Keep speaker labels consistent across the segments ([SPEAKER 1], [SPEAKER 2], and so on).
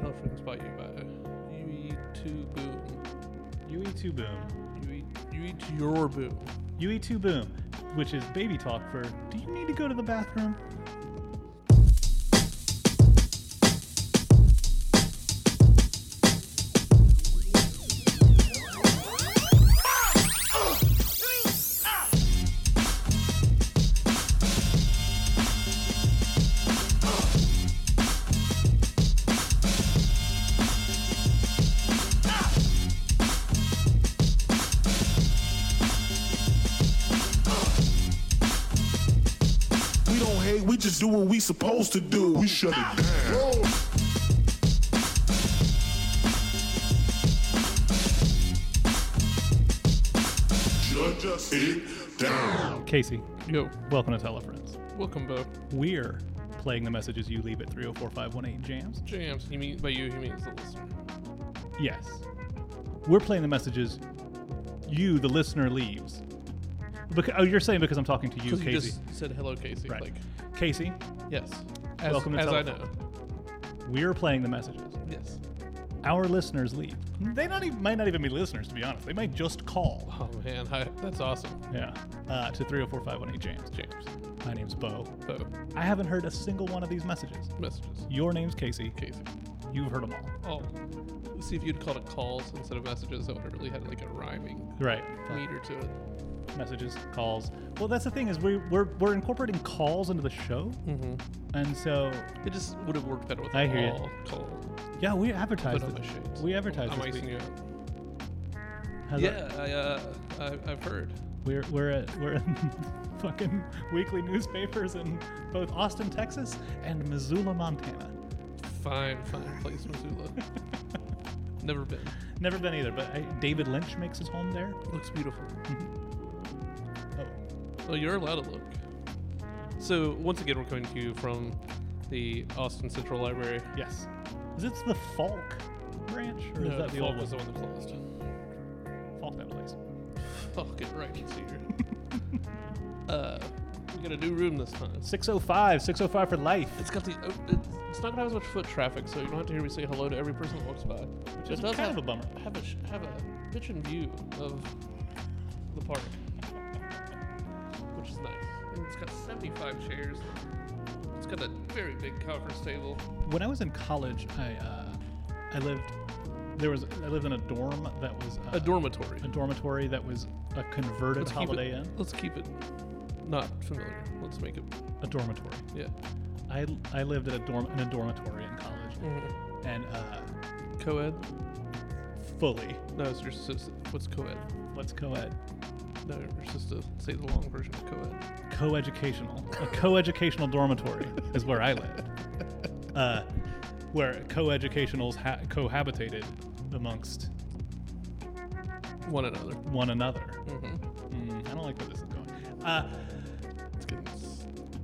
[SPEAKER 1] Tell friends about you by you eat to boom.
[SPEAKER 2] UE2 Boom.
[SPEAKER 1] You eat you eat to your boom.
[SPEAKER 2] UE2 Boom, which is baby talk for do you need to go to the bathroom?
[SPEAKER 3] We don't hate, we just do what we supposed to do. We shut it down. Shut it down.
[SPEAKER 2] Casey,
[SPEAKER 1] Yo,
[SPEAKER 2] welcome to Telefriends.
[SPEAKER 1] welcome, Bo.
[SPEAKER 2] We're playing the messages you leave at 304518 Jams.
[SPEAKER 1] Jams. You mean by you? He means the listener.
[SPEAKER 2] Yes. We're playing the messages you, the listener, leaves. Because, oh, you're saying because I'm talking to you,
[SPEAKER 1] Because
[SPEAKER 2] Casey.
[SPEAKER 1] you just said hello, Casey.
[SPEAKER 2] right.
[SPEAKER 1] Like
[SPEAKER 2] Casey,
[SPEAKER 1] yes. As,
[SPEAKER 2] Welcome to
[SPEAKER 1] as I know.
[SPEAKER 2] Telephone. we're playing the messages.
[SPEAKER 1] Yes.
[SPEAKER 2] Our listeners leave. They not even, might not even be listeners, to be honest. They might just call.
[SPEAKER 1] Oh man, hi, that's awesome,
[SPEAKER 2] Yeah. Uh, to 304518 Jams.
[SPEAKER 1] James.
[SPEAKER 2] My name's Bo.
[SPEAKER 1] Bo,
[SPEAKER 2] I haven't heard a single one of these messages.
[SPEAKER 1] messages.
[SPEAKER 2] Your name's Casey.
[SPEAKER 1] Casey.
[SPEAKER 2] You've heard them all.
[SPEAKER 1] Oh, see if you'd called it calls instead of messages. That would have really had like a rhyming
[SPEAKER 2] Right.
[SPEAKER 1] meter to it.
[SPEAKER 2] Messages, calls. Well, that's the thing is we, we're, we're incorporating calls into the show.
[SPEAKER 1] Mm-hmm.
[SPEAKER 2] And so,
[SPEAKER 1] It just would have worked better with
[SPEAKER 2] I hear ya.
[SPEAKER 1] all call.
[SPEAKER 2] yeah, we advertised
[SPEAKER 1] Put on my
[SPEAKER 2] it.
[SPEAKER 1] shades.
[SPEAKER 2] We advertised
[SPEAKER 1] I'm
[SPEAKER 2] this
[SPEAKER 1] icing
[SPEAKER 2] week.
[SPEAKER 1] you out.
[SPEAKER 2] How's that?
[SPEAKER 1] Yeah, I, uh, I, I've heard.
[SPEAKER 2] We're, we're, at, we're in fucking weekly newspapers in both Austin, Texas and Missoula, Montana.
[SPEAKER 1] Fine, fine place, Missoula. Never been.
[SPEAKER 2] Never been either, but I, David Lynch makes his home there.
[SPEAKER 1] Looks beautiful.
[SPEAKER 2] Oh,
[SPEAKER 1] Well, you're allowed to look. So, once again, we're coming to you from the Austin Central Library.
[SPEAKER 2] yes. Is it the Falk branch? Or is
[SPEAKER 1] No,
[SPEAKER 2] that
[SPEAKER 1] the
[SPEAKER 2] the
[SPEAKER 1] Falk
[SPEAKER 2] old one?
[SPEAKER 1] was the one that closed.
[SPEAKER 2] Falk that place.
[SPEAKER 1] Fuck it, right, it's here. uh, we got a new room this time.
[SPEAKER 2] 605, 605 for life.
[SPEAKER 1] It's got the. oh, It's, it's not gonna have as much foot traffic, so you don't have to hear me say hello to every person that walks by. Which
[SPEAKER 2] is kind of a bummer.
[SPEAKER 1] Have a sh- have a pitching view of the park, which is nice. And it's got 75 chairs. It's got a very big conference table.
[SPEAKER 2] When I was in college, I uh, I lived there was I lived in a dorm that was uh,
[SPEAKER 1] A dormitory.
[SPEAKER 2] a dormitory that was a converted
[SPEAKER 1] Let's keep
[SPEAKER 2] Holiday
[SPEAKER 1] it.
[SPEAKER 2] Inn.
[SPEAKER 1] Let's keep it not familiar. Let's make it.
[SPEAKER 2] A dormitory.
[SPEAKER 1] Yeah.
[SPEAKER 2] I, I lived at a dorm in a dormitory in college,
[SPEAKER 1] Oh.
[SPEAKER 2] and uh,
[SPEAKER 1] Co-ed.
[SPEAKER 2] fully
[SPEAKER 1] No, it's your sister. What's co-ed?
[SPEAKER 2] what's co-ed
[SPEAKER 1] No, you're supposed to say the long version of co-ed.
[SPEAKER 2] co-educational a co-educational dormitory is where I lived, uh, where co-educationals ha- cohabitated amongst
[SPEAKER 1] One another.
[SPEAKER 2] one another.
[SPEAKER 1] Mm-hmm.
[SPEAKER 2] Mm, I don't like where this is going. Uh,
[SPEAKER 1] It's good.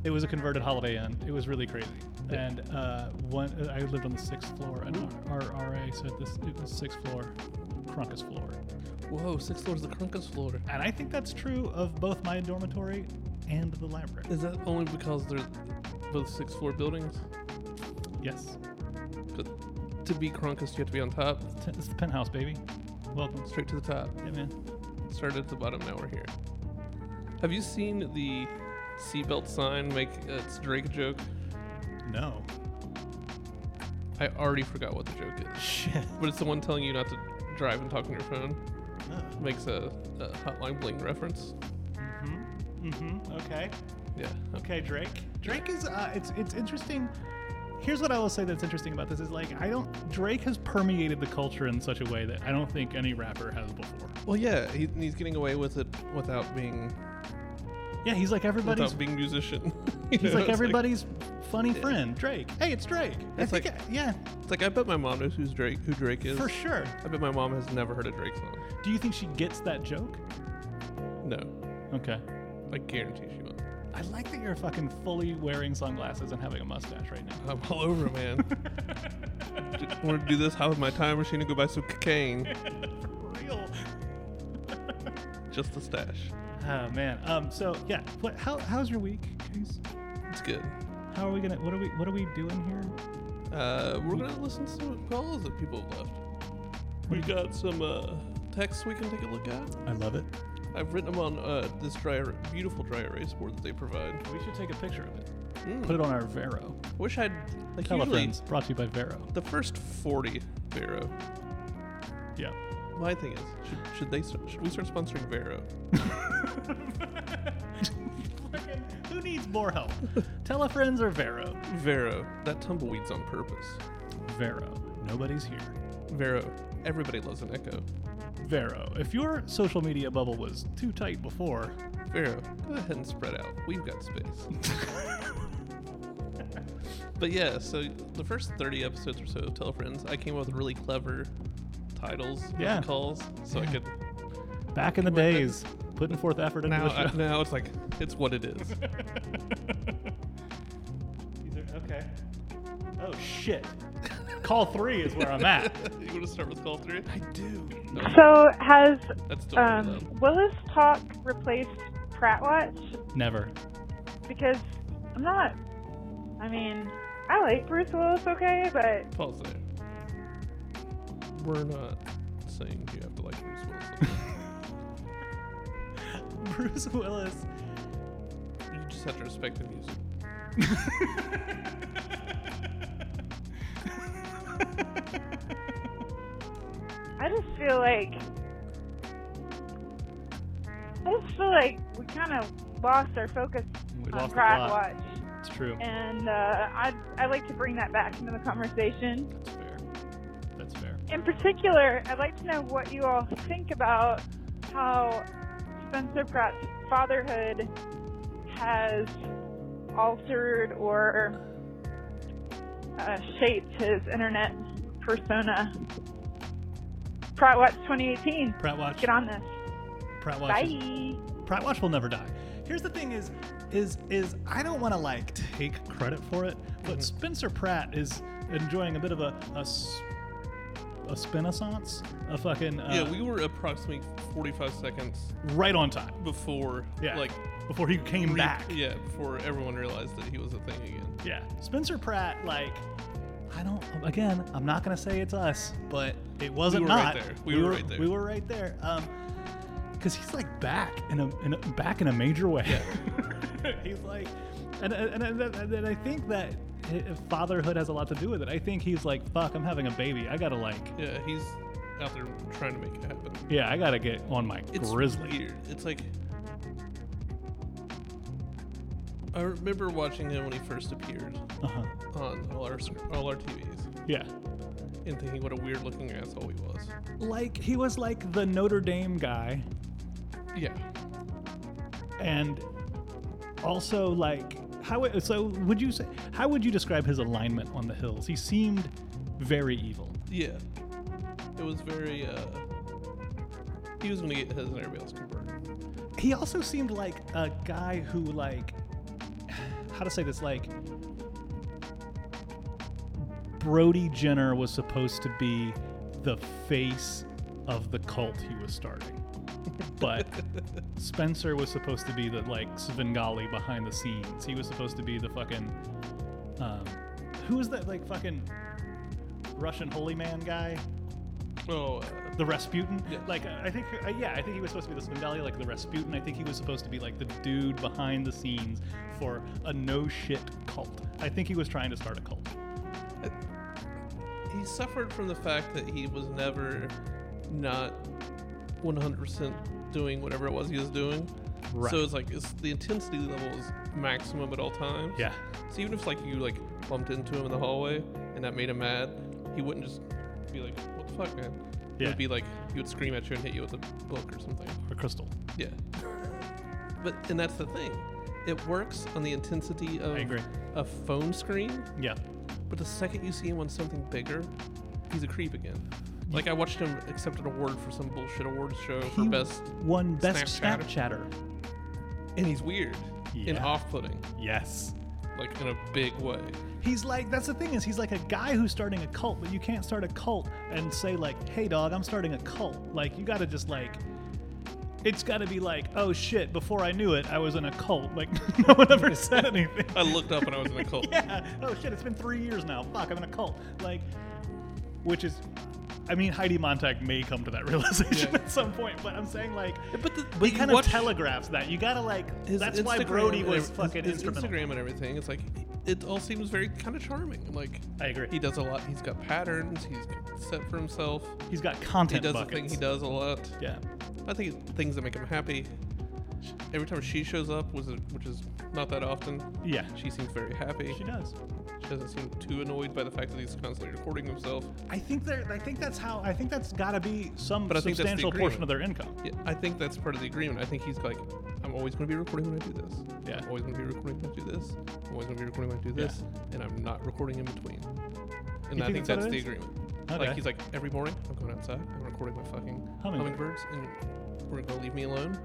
[SPEAKER 2] It was a converted Holiday Inn. It was really crazy. And uh, one, I lived on the sixth floor, and our, our RA said this it was sixth floor, crunkus floor.
[SPEAKER 1] Whoa, sixth floor is the crunkus floor.
[SPEAKER 2] And I think that's true of both my dormitory and the library.
[SPEAKER 1] Is that only because they're both sixth floor buildings?
[SPEAKER 2] Yes,
[SPEAKER 1] 'Cause to be crunkus, you have to be on top,
[SPEAKER 2] T- it's the penthouse, baby. Welcome,
[SPEAKER 1] straight to the top.
[SPEAKER 2] yeah, man.
[SPEAKER 1] Started at the bottom, now we're here. Have you seen the seatbelt sign make its Drake joke?
[SPEAKER 2] No
[SPEAKER 1] I already forgot what the joke is,
[SPEAKER 2] shit.
[SPEAKER 1] but it's the one telling you not to drive and talk on your phone. Makes a, a hotline bling reference.
[SPEAKER 2] Mm-hmm. Mm-hmm. Okay.
[SPEAKER 1] Yeah.
[SPEAKER 2] Okay, Drake. Drake is uh, it's it's interesting. Here's what I will say that's interesting about this is like I don't Drake has permeated the culture in such a way that I don't think any rapper has before.
[SPEAKER 1] Well, yeah, he, he's getting away with it without being
[SPEAKER 2] Yeah, he's like everybody's
[SPEAKER 1] without being musician.
[SPEAKER 2] He's like everybody's funny friend, Drake. Hey, it's Drake.
[SPEAKER 1] It's
[SPEAKER 2] I think,
[SPEAKER 1] like-
[SPEAKER 2] I- yeah,
[SPEAKER 1] It's like I bet my mom knows who's Drake, who Drake is.
[SPEAKER 2] for sure.
[SPEAKER 1] I bet my mom has never heard a Drake song.
[SPEAKER 2] Do you think she gets that joke?
[SPEAKER 1] No,
[SPEAKER 2] Okay.
[SPEAKER 1] I guarantee she won't.
[SPEAKER 2] I like that you're fucking fully wearing sunglasses and having a mustache right now.
[SPEAKER 1] I'm all over, it, man. Want to do this? Hop in my time machine and go buy some cocaine.
[SPEAKER 2] for real.
[SPEAKER 1] Just the stash.
[SPEAKER 2] Oh man. Um. So yeah. What? How? How's your week, Case?
[SPEAKER 1] It's good.
[SPEAKER 2] How are we gonna? What are we? What are we doing here?
[SPEAKER 1] Uh, we're gonna listen to some calls that people have left. We got some uh, texts we can take a look at.
[SPEAKER 4] I love it.
[SPEAKER 1] I've written them on uh, this dry, er- beautiful dry erase board that they provide.
[SPEAKER 2] We should take a picture of it.
[SPEAKER 1] Mm.
[SPEAKER 2] Put it on our Vero.
[SPEAKER 1] Wish I'd like
[SPEAKER 2] Tell a
[SPEAKER 1] usually
[SPEAKER 2] friends. Brought to you by Vero.
[SPEAKER 1] the first forty Vero.
[SPEAKER 2] Yeah.
[SPEAKER 1] My thing is, should, should they start, should we start sponsoring Vero?
[SPEAKER 2] Who needs more help? Telefriends or Vero?
[SPEAKER 1] Vero, that tumbleweed's on purpose.
[SPEAKER 2] Vero. Nobody's here.
[SPEAKER 1] Vero, everybody loves an echo.
[SPEAKER 2] Vero. If your social media bubble was too tight before,
[SPEAKER 1] Vero, go ahead and spread out. We've got space. but yeah, so the first 30 episodes or so of Tell Friends, I came up with really clever titles
[SPEAKER 2] Yeah.
[SPEAKER 1] of the calls so I could.
[SPEAKER 2] back in the
[SPEAKER 1] We're good.
[SPEAKER 2] days, putting forth effort into
[SPEAKER 1] Now,
[SPEAKER 2] the
[SPEAKER 1] I,
[SPEAKER 2] show.
[SPEAKER 1] now it's like, it's what it is.
[SPEAKER 2] These are- okay. Oh shit. Call three is where I'm at.
[SPEAKER 1] you want to start with call three? I do.
[SPEAKER 5] So has
[SPEAKER 1] that's still really
[SPEAKER 5] um,
[SPEAKER 1] loud.
[SPEAKER 5] Willis Talk replaced Pratwatch?
[SPEAKER 2] Never.
[SPEAKER 5] Because I'm not. I mean, I like Bruce Willis, okay, but
[SPEAKER 1] Pause there. We're not saying you have to like Bruce Willis.
[SPEAKER 2] Bruce Willis.
[SPEAKER 1] you just have to respect the music.
[SPEAKER 5] I just feel like I just feel like we kind of lost our focus
[SPEAKER 2] We
[SPEAKER 5] on
[SPEAKER 2] lost the plot.
[SPEAKER 5] Pratwatch,
[SPEAKER 2] It's true.
[SPEAKER 5] and uh, I I like to bring that back into the conversation.
[SPEAKER 2] That's fair. That's fair.
[SPEAKER 5] In particular, I'd like to know what you all think about how Spencer Pratt's fatherhood has altered or uh, shaped his internet persona. Pratt Watch 2018.
[SPEAKER 2] Pratwatch.
[SPEAKER 5] Get on this.
[SPEAKER 2] Pratwatch. is-
[SPEAKER 5] Bye.
[SPEAKER 2] Pratwatch will never die. Here's the thing: is is is I don't want to like take credit for it, but
[SPEAKER 5] Mm-hmm.
[SPEAKER 2] Spencer Pratt is enjoying a bit of a a, s- a spinaissance, a fucking uh,
[SPEAKER 1] yeah, we were approximately 45 seconds
[SPEAKER 2] right on time.
[SPEAKER 1] before,
[SPEAKER 2] Yeah,
[SPEAKER 1] like,
[SPEAKER 2] before he came
[SPEAKER 1] re-
[SPEAKER 2] back.
[SPEAKER 1] Yeah, before everyone realized that he was a thing again.
[SPEAKER 2] Yeah. Spencer Pratt, like, I don't, again, I'm not going to say it's us, but it wasn't
[SPEAKER 1] were
[SPEAKER 2] not.
[SPEAKER 1] right there. We were right there.
[SPEAKER 2] We were right there. Um, because he's like back in a, in a back in a major way. he's like, and and, and, and and I think that fatherhood has a lot to do with it. I think he's like, fuck, I'm having a baby. I gotta like,
[SPEAKER 1] Yeah, he's out there trying to make it happen.
[SPEAKER 2] yeah, I gotta get on my
[SPEAKER 1] It's
[SPEAKER 2] grizzly.
[SPEAKER 1] weird. It's like I remember watching him when he first appeared
[SPEAKER 2] Uh-huh.
[SPEAKER 1] on all our sc- all our TVs
[SPEAKER 2] Yeah.
[SPEAKER 1] and thinking what a weird looking asshole he was.
[SPEAKER 2] Like he was like the Notre Dame guy
[SPEAKER 1] Yeah,
[SPEAKER 2] and also like how so would you say how would you describe his alignment on the hills he seemed very evil
[SPEAKER 1] yeah. It was very. uh He was gonna get his and everybody else converted.
[SPEAKER 2] he also seemed like a guy who like how to say this like brody jenner was supposed to be the face of the cult he was starting but spencer was supposed to be the like svengali behind the scenes he was supposed to be the fucking um who was that like fucking russian holy man guy
[SPEAKER 1] Oh, uh,
[SPEAKER 2] the Rasputin.
[SPEAKER 1] Yeah.
[SPEAKER 2] Like I I think, uh, yeah, I think he was supposed to be the Svengali, like the Rasputin. I think he was supposed to be like the dude behind the scenes for a no shit cult. I think he was trying to start a cult.
[SPEAKER 1] he suffered from the fact that he was never not 100% doing whatever it was he was doing.
[SPEAKER 2] Right.
[SPEAKER 1] So it's like it's, the intensity level is maximum at all times.
[SPEAKER 2] Yeah.
[SPEAKER 1] So even if like you like bumped into him in the hallway and that made him mad, he wouldn't just be like, "What the fuck, man?" It
[SPEAKER 2] Yeah.
[SPEAKER 1] would be like he would scream at you and hit you with a book or something.
[SPEAKER 2] Or Crystal.
[SPEAKER 1] Yeah. But and that's the thing, it works on the intensity of
[SPEAKER 2] agree.
[SPEAKER 1] a phone screen.
[SPEAKER 2] Yeah.
[SPEAKER 1] But the second you see him on something bigger, he's a creep again. Like I watched him accept an award for some bullshit awards show for
[SPEAKER 2] He
[SPEAKER 1] best,
[SPEAKER 2] won best
[SPEAKER 1] Snapchatter.
[SPEAKER 2] Snapchatter.
[SPEAKER 1] and he's weird and
[SPEAKER 2] Yeah.
[SPEAKER 1] off-putting,
[SPEAKER 2] Yes.
[SPEAKER 1] like in a big way.
[SPEAKER 2] He's like that's the thing is he's like a guy who's starting a cult, but you can't start a cult and say like, "Hey dog, I'm starting a cult." Like you got to just like it's got to be like, oh shit, before I knew it, I was in a cult. Like, no one ever said anything.
[SPEAKER 1] I looked up and I was in a cult.
[SPEAKER 2] yeah. Oh shit, it's been three years now. Fuck, I'm in a cult. Like, which is, I mean, Heidi Montag may come to that realization
[SPEAKER 1] Yeah.
[SPEAKER 2] at some point, but I'm saying like,
[SPEAKER 1] But the,
[SPEAKER 2] he
[SPEAKER 1] you
[SPEAKER 2] kind of
[SPEAKER 1] watch
[SPEAKER 2] telegraphs that. You gotta like,
[SPEAKER 1] his
[SPEAKER 2] that's why
[SPEAKER 1] Instagram
[SPEAKER 2] Brody
[SPEAKER 1] and
[SPEAKER 2] was
[SPEAKER 1] every-
[SPEAKER 2] fucking
[SPEAKER 1] his, his
[SPEAKER 2] instrumental.
[SPEAKER 1] Instagram and everything. It's like it all seems very kind of charming. I'm like
[SPEAKER 2] I agree.
[SPEAKER 1] he does a lot. He's got patterns. He's set for himself.
[SPEAKER 2] He's got
[SPEAKER 1] He
[SPEAKER 2] content
[SPEAKER 1] does the
[SPEAKER 2] buckets.
[SPEAKER 1] thing he does a lot.
[SPEAKER 2] Yeah.
[SPEAKER 1] I think it's things that make him happy. Every time she shows up, was it, which is not that often,
[SPEAKER 2] Yeah.
[SPEAKER 1] she seems very happy.
[SPEAKER 2] She does.
[SPEAKER 1] She doesn't seem too annoyed by the fact that he's constantly recording himself.
[SPEAKER 2] I think there. I think that's how. I think that's got to be some
[SPEAKER 1] But I think that's the
[SPEAKER 2] substantial
[SPEAKER 1] agreement.
[SPEAKER 2] portion of their income.
[SPEAKER 1] Yeah, I think that's part of the agreement. I think he's like, I'm always going to be recording when I do this.
[SPEAKER 2] Yeah.
[SPEAKER 1] I'm always going to be recording when I do this. I'm always going to be recording when I do this. And I'm not recording in between. And
[SPEAKER 2] You
[SPEAKER 1] I think
[SPEAKER 2] think
[SPEAKER 1] that's
[SPEAKER 2] that's what
[SPEAKER 1] the
[SPEAKER 2] it is?
[SPEAKER 1] agreement.
[SPEAKER 2] Okay.
[SPEAKER 1] Like, he's like, every morning, I'm going outside, I'm recording my fucking
[SPEAKER 2] Hummingbird.
[SPEAKER 1] hummingbirds, and we're going to leave me alone.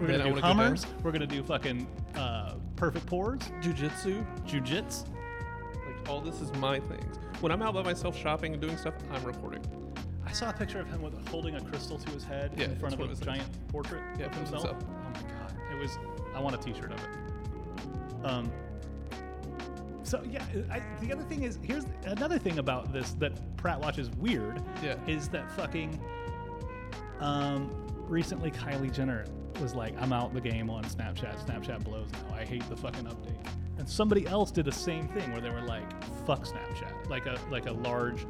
[SPEAKER 2] We're
[SPEAKER 1] Then
[SPEAKER 2] gonna
[SPEAKER 1] I
[SPEAKER 2] do
[SPEAKER 1] wanna go
[SPEAKER 2] hummers.
[SPEAKER 1] down.
[SPEAKER 2] we're gonna do fucking uh, perfect pours,
[SPEAKER 1] Jujitsu.
[SPEAKER 2] jujits.
[SPEAKER 1] Like, all this is my things. When I'm out by myself shopping and doing stuff, I'm recording.
[SPEAKER 2] I saw a picture of him with holding a crystal to his head
[SPEAKER 1] Yeah,
[SPEAKER 2] in
[SPEAKER 1] it's
[SPEAKER 2] front of
[SPEAKER 1] one
[SPEAKER 2] a
[SPEAKER 1] of his
[SPEAKER 2] giant portrait
[SPEAKER 1] Yeah,
[SPEAKER 2] of
[SPEAKER 1] it's
[SPEAKER 2] himself.
[SPEAKER 1] himself.
[SPEAKER 2] Oh my god, it was. I want a T-shirt of it. Um. So yeah, I, the other thing is here's another thing about this that Pratt Watch is weird.
[SPEAKER 1] Yeah.
[SPEAKER 2] Is that fucking. Um, recently Kylie Jenner was like, "I'm out the game on Snapchat. Snapchat blows now. I hate the fucking update." And somebody else did the same thing where they were like, "Fuck Snapchat." Like a like a large,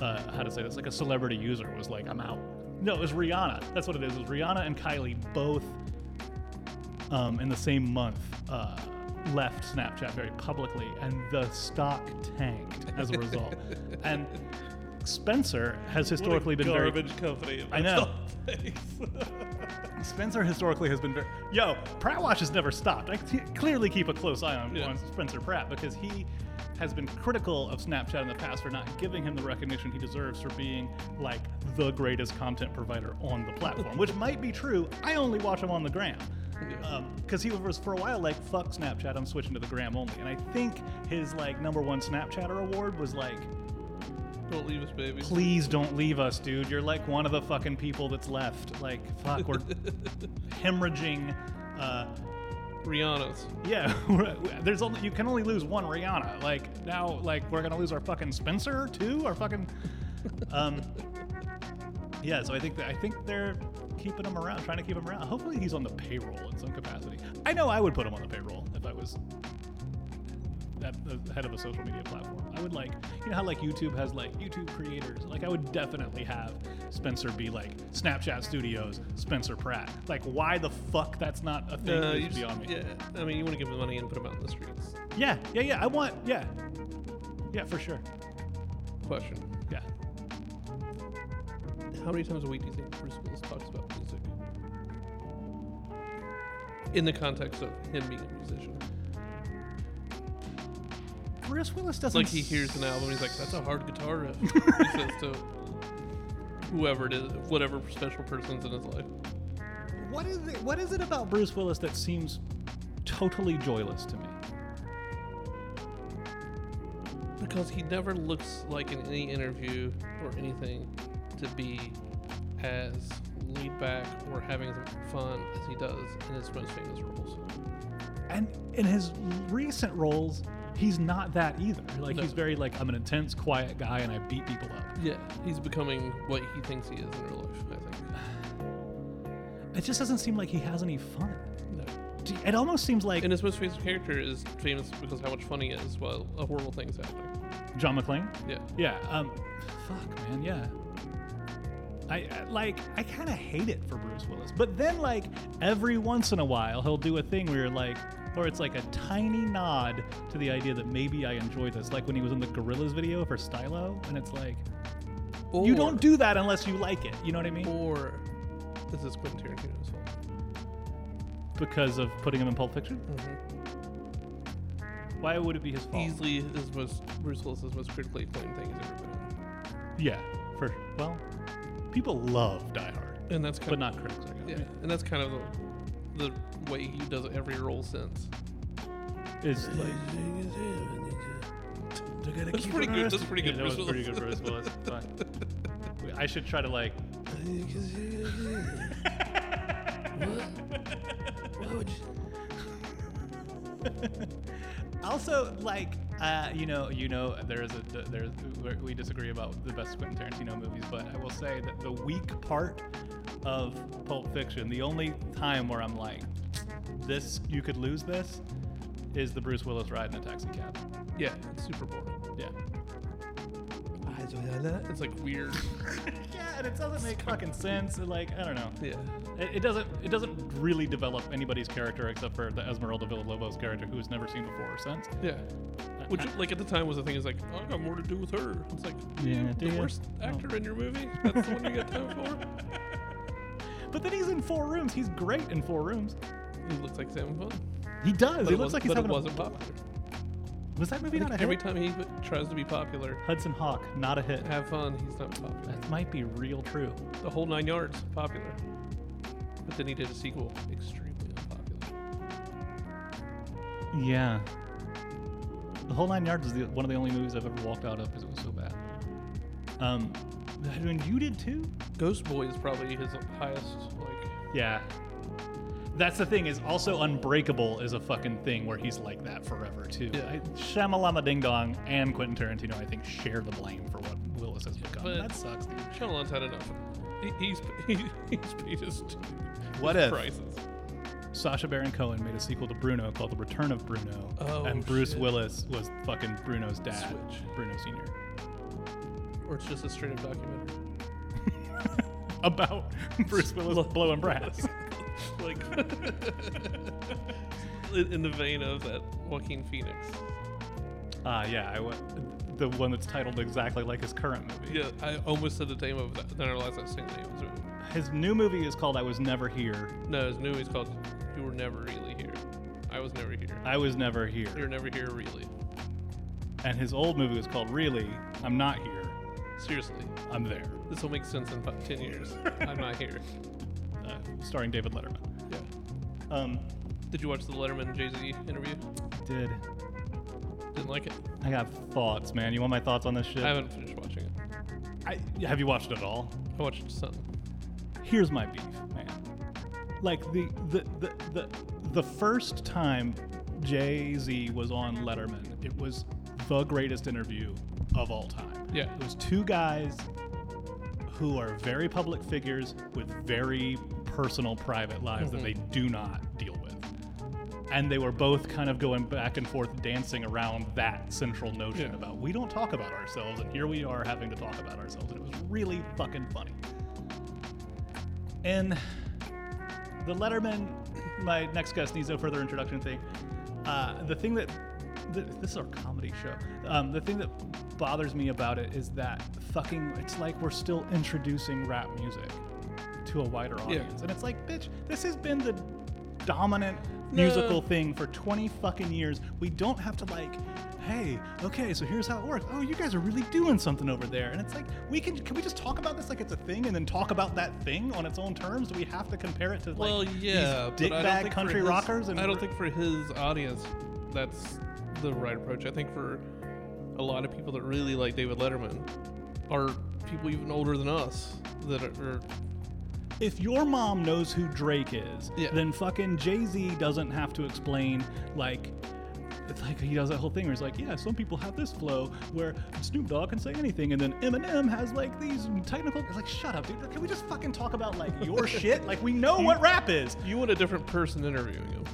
[SPEAKER 2] uh, how to say this? Like a celebrity user was like, "I'm out." No, it was Rihanna. That's what it is. It was Rihanna and Kylie both um, in the same month uh, left Snapchat very publicly, and the stock tanked as a result. and Spencer has historically been very
[SPEAKER 1] garbage company.
[SPEAKER 2] I know. Spencer historically has been very. Yo, Pratt Watch has never stopped. I c- clearly keep a close eye on,
[SPEAKER 1] Yeah.
[SPEAKER 2] on Spencer Pratt because he has been critical of Snapchat in the past for not giving him the recognition he deserves for being like the greatest content provider on the platform, which might be true. I only watch him on the gram. Because he was for a while like, fuck Snapchat, I'm switching to the gram only. And I think his like number one Snapchatter award was like
[SPEAKER 1] Don't leave us, baby.
[SPEAKER 2] please don't leave us, dude. You're like one of the fucking people that's left. Like, fuck, we're hemorrhaging. Uh,
[SPEAKER 1] Rihanna's.
[SPEAKER 2] yeah, we're- there's only you can only lose one Rihanna. Like now, like we're gonna lose our fucking Spencer too. Our fucking. Um, yeah, so I think that, I think they're keeping him around, trying to keep him around. Hopefully, he's on the payroll in some capacity. I know I would put him on the payroll if I was at the head of a social media platform. I would like, you know how like YouTube has like YouTube creators. Like I would definitely have Spencer be like Snapchat Studios, Spencer Pratt. Like why the fuck that's not a thing
[SPEAKER 1] Uh,
[SPEAKER 2] is
[SPEAKER 1] you just-
[SPEAKER 2] beyond me.
[SPEAKER 1] Yeah, I mean, you want to give him money and put him out in the streets.
[SPEAKER 2] Yeah, yeah, yeah. I want, yeah. Yeah, for sure.
[SPEAKER 1] Question:
[SPEAKER 2] Yeah.
[SPEAKER 1] How many times a week do you think Bruce Willis talks about music? In the context of him being a musician,
[SPEAKER 2] Bruce Willis doesn't.
[SPEAKER 1] like he hears an album, he's like, "That's a hard guitar riff." he says to whoever it is, whatever special person's in his life.
[SPEAKER 2] What is it, what is it about Bruce Willis that seems totally joyless to me?
[SPEAKER 1] Because he never looks like in any interview or anything to be as laid back or having some fun as he does in his most famous roles.
[SPEAKER 2] And in his recent roles, he's not that either. Like
[SPEAKER 1] No.
[SPEAKER 2] he's very like I'm an intense, quiet guy, and I beat people up.
[SPEAKER 1] Yeah, he's becoming what he thinks he is in real life, I think.
[SPEAKER 2] It just doesn't seem like he has any fun.
[SPEAKER 1] No.
[SPEAKER 2] Gee, It almost seems like
[SPEAKER 1] And his most famous character is famous because how much fun he is while a horrible thing's happening.
[SPEAKER 2] John McClane.
[SPEAKER 1] Yeah.
[SPEAKER 2] Yeah. Um, fuck, man. Yeah. I, I like. I kind of hate it for Bruce Willis, but then like every once in a while he'll do a thing where you're like, or it's like a tiny nod to the idea that maybe I enjoy this. Like when he was in the Gorillas video for Stylo, and it's like
[SPEAKER 1] Or,
[SPEAKER 2] you don't do that unless you like it. You know what I mean?
[SPEAKER 1] Or this is Quentin Tarantino's fault.
[SPEAKER 2] Because of putting him in Pulp Fiction.
[SPEAKER 1] Mm-hmm.
[SPEAKER 2] Why would it be his fault?
[SPEAKER 1] Easily his most Bruce Willis's most critically acclaimed thing he's ever been
[SPEAKER 2] Yeah. For well, people love Die Hard,
[SPEAKER 1] in, and that's kind
[SPEAKER 2] but
[SPEAKER 1] of
[SPEAKER 2] not critics. I guess.
[SPEAKER 1] yeah, and that's kind of the, the way he does every role since.
[SPEAKER 2] It's like.
[SPEAKER 1] That's pretty good. That's pretty good.
[SPEAKER 2] Yeah, that was
[SPEAKER 1] Bruce
[SPEAKER 2] pretty good
[SPEAKER 1] Willis.
[SPEAKER 2] Bruce Willis. Fine. I should try to like.
[SPEAKER 1] Why would you-
[SPEAKER 2] Also, like, uh, you know, you know, there is a there is- we disagree about the best Quentin Tarantino movies, but I will say that the weak part of Pulp Fiction, the only time where I'm like, this you could lose this, is the Bruce Willis ride in a taxi cab.
[SPEAKER 1] Yeah, it's super boring.
[SPEAKER 2] Yeah.
[SPEAKER 1] I do that. It's like weird.
[SPEAKER 2] Yeah, and it doesn't make fucking sense. and, Like, I don't know.
[SPEAKER 1] Yeah.
[SPEAKER 2] It, it doesn't. It doesn't really develop anybody's character except for the Esmeralda Villalobos character, who was never seen before or since.
[SPEAKER 1] Yeah. Which, like, at the time was the thing is like, oh, I got more to do with her. It's like,
[SPEAKER 2] Yeah,
[SPEAKER 1] yeah,
[SPEAKER 2] do
[SPEAKER 1] the
[SPEAKER 2] ya?
[SPEAKER 1] worst actor in your movie? That's the one you got time
[SPEAKER 2] But then he's in four rooms. He's great in four rooms.
[SPEAKER 1] for? He looks like he's having fun.
[SPEAKER 2] He does.
[SPEAKER 1] But
[SPEAKER 2] It
[SPEAKER 1] was-
[SPEAKER 2] looks like he's
[SPEAKER 1] but
[SPEAKER 2] having.
[SPEAKER 1] it
[SPEAKER 2] a-
[SPEAKER 1] wasn't popular.
[SPEAKER 2] Was that movie
[SPEAKER 1] I
[SPEAKER 2] not a
[SPEAKER 1] think every
[SPEAKER 2] hit?
[SPEAKER 1] time he w- tries to be popular,
[SPEAKER 2] Hudson Hawk, not a hit.
[SPEAKER 1] have fun, he's not popular.
[SPEAKER 2] That might be real true.
[SPEAKER 1] The whole nine yards, popular. But then he did a sequel, extremely unpopular.
[SPEAKER 2] Yeah. The whole nine yards is the, one of the only movies I've ever walked out of because it was so bad. Um, I mean, you did too.
[SPEAKER 1] Ghost Boy is probably his highest, like,
[SPEAKER 2] Yeah. That's the thing is also Unbreakable is a fucking thing where he's like that forever too.
[SPEAKER 1] Yeah.
[SPEAKER 2] I, Shyamalama Ding Dong and Quentin Tarantino I think share the blame for what Willis has become.
[SPEAKER 1] but-
[SPEAKER 2] that sucks. Dude.
[SPEAKER 1] Shyamalan's had enough. He- He's he, he's paid his
[SPEAKER 2] What if?
[SPEAKER 1] prices.
[SPEAKER 2] Sasha Baron Cohen made a sequel to Bruno called The Return of Bruno,
[SPEAKER 1] Oh,
[SPEAKER 2] and Bruce
[SPEAKER 1] shit.
[SPEAKER 2] Willis was fucking Bruno's dad,
[SPEAKER 1] Switch.
[SPEAKER 2] Bruno Senior,
[SPEAKER 1] Or it's just a straight up documentary.
[SPEAKER 2] about Bruce Willis blowing brass.
[SPEAKER 1] like in in the vein of that Joaquin Phoenix.
[SPEAKER 2] Ah, yeah, I w- the one that's titled exactly like his current movie.
[SPEAKER 1] Yeah, I almost said the name of that. Then I realized I was saying the name of his movie.
[SPEAKER 2] His new movie is called I Was Never Here.
[SPEAKER 1] No, his movie's called "You Were Never Really Here." I was never here.
[SPEAKER 2] I was never here.
[SPEAKER 1] You're never here, really.
[SPEAKER 2] and his old movie was called Really, I'm Not Here,
[SPEAKER 1] Seriously,
[SPEAKER 2] I'm There,
[SPEAKER 1] this will make sense in about ten years. I'm not here.
[SPEAKER 2] uh, starring David Letterman.
[SPEAKER 1] Yeah.
[SPEAKER 2] Um,
[SPEAKER 1] Did you watch the Letterman Jay Z interview?
[SPEAKER 2] did
[SPEAKER 1] Didn't like it.
[SPEAKER 2] I got thoughts, man? You want my thoughts on this shit?
[SPEAKER 1] I haven't finished watching it.
[SPEAKER 2] I, have you watched it at all?
[SPEAKER 1] I watched some.
[SPEAKER 2] Here's my beef, man. Like the the the the, the first time Jay Z was on Letterman, it was the greatest interview of all time.
[SPEAKER 1] Yeah.
[SPEAKER 2] It was two guys who are very public figures with very personal private lives that they do not deal with. And they were both kind of going back and forth dancing around that central notion
[SPEAKER 1] Yeah.
[SPEAKER 2] about we don't talk about ourselves and here we are having to talk about ourselves and it was really fucking funny. And the Letterman, my next guest needs no further introduction thing. Uh, the thing that th- this is our comedy show. Um, the thing that bothers me about it is that fucking. It's like we're still introducing rap music to a wider audience, and it's like, bitch, this has been the dominant musical thing for 20 fucking years. We don't have to like. Hey, okay, so here's how it works. Oh, you guys are really doing something over there. And it's like, we can can we just talk about this like it's a thing and then talk about that thing on its own terms? Do we have to compare it to like
[SPEAKER 1] Well, yeah,
[SPEAKER 2] these
[SPEAKER 1] but I don't
[SPEAKER 2] dickbag
[SPEAKER 1] think for
[SPEAKER 2] country
[SPEAKER 1] his-
[SPEAKER 2] rockers and
[SPEAKER 1] I don't
[SPEAKER 2] r-
[SPEAKER 1] think for his audience that's the right approach. I think for a lot of people that really like David Letterman are people even older than us that are, are
[SPEAKER 2] if your mom knows who Drake is,
[SPEAKER 1] Yeah.
[SPEAKER 2] then fucking Jay Z doesn't have to explain like. It's like he does that whole thing where he's like, yeah, some people have this flow where Snoop Dogg can say anything, and then Eminem has like these technical. It's like, shut up, dude. Can we just fucking talk about like your shit? Like we know what rap is.
[SPEAKER 1] you want a different person interviewing him.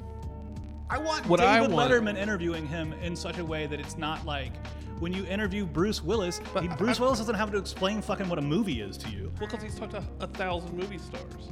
[SPEAKER 2] I want
[SPEAKER 1] What I
[SPEAKER 2] David
[SPEAKER 1] want-
[SPEAKER 2] Letterman interviewing him in such a way that it's not like when you interview Bruce Willis,
[SPEAKER 1] But
[SPEAKER 2] he-
[SPEAKER 1] I-
[SPEAKER 2] Bruce
[SPEAKER 1] I-
[SPEAKER 2] Willis doesn't have to explain fucking what a movie is to you.
[SPEAKER 1] Well, because he's talked to a thousand movie stars.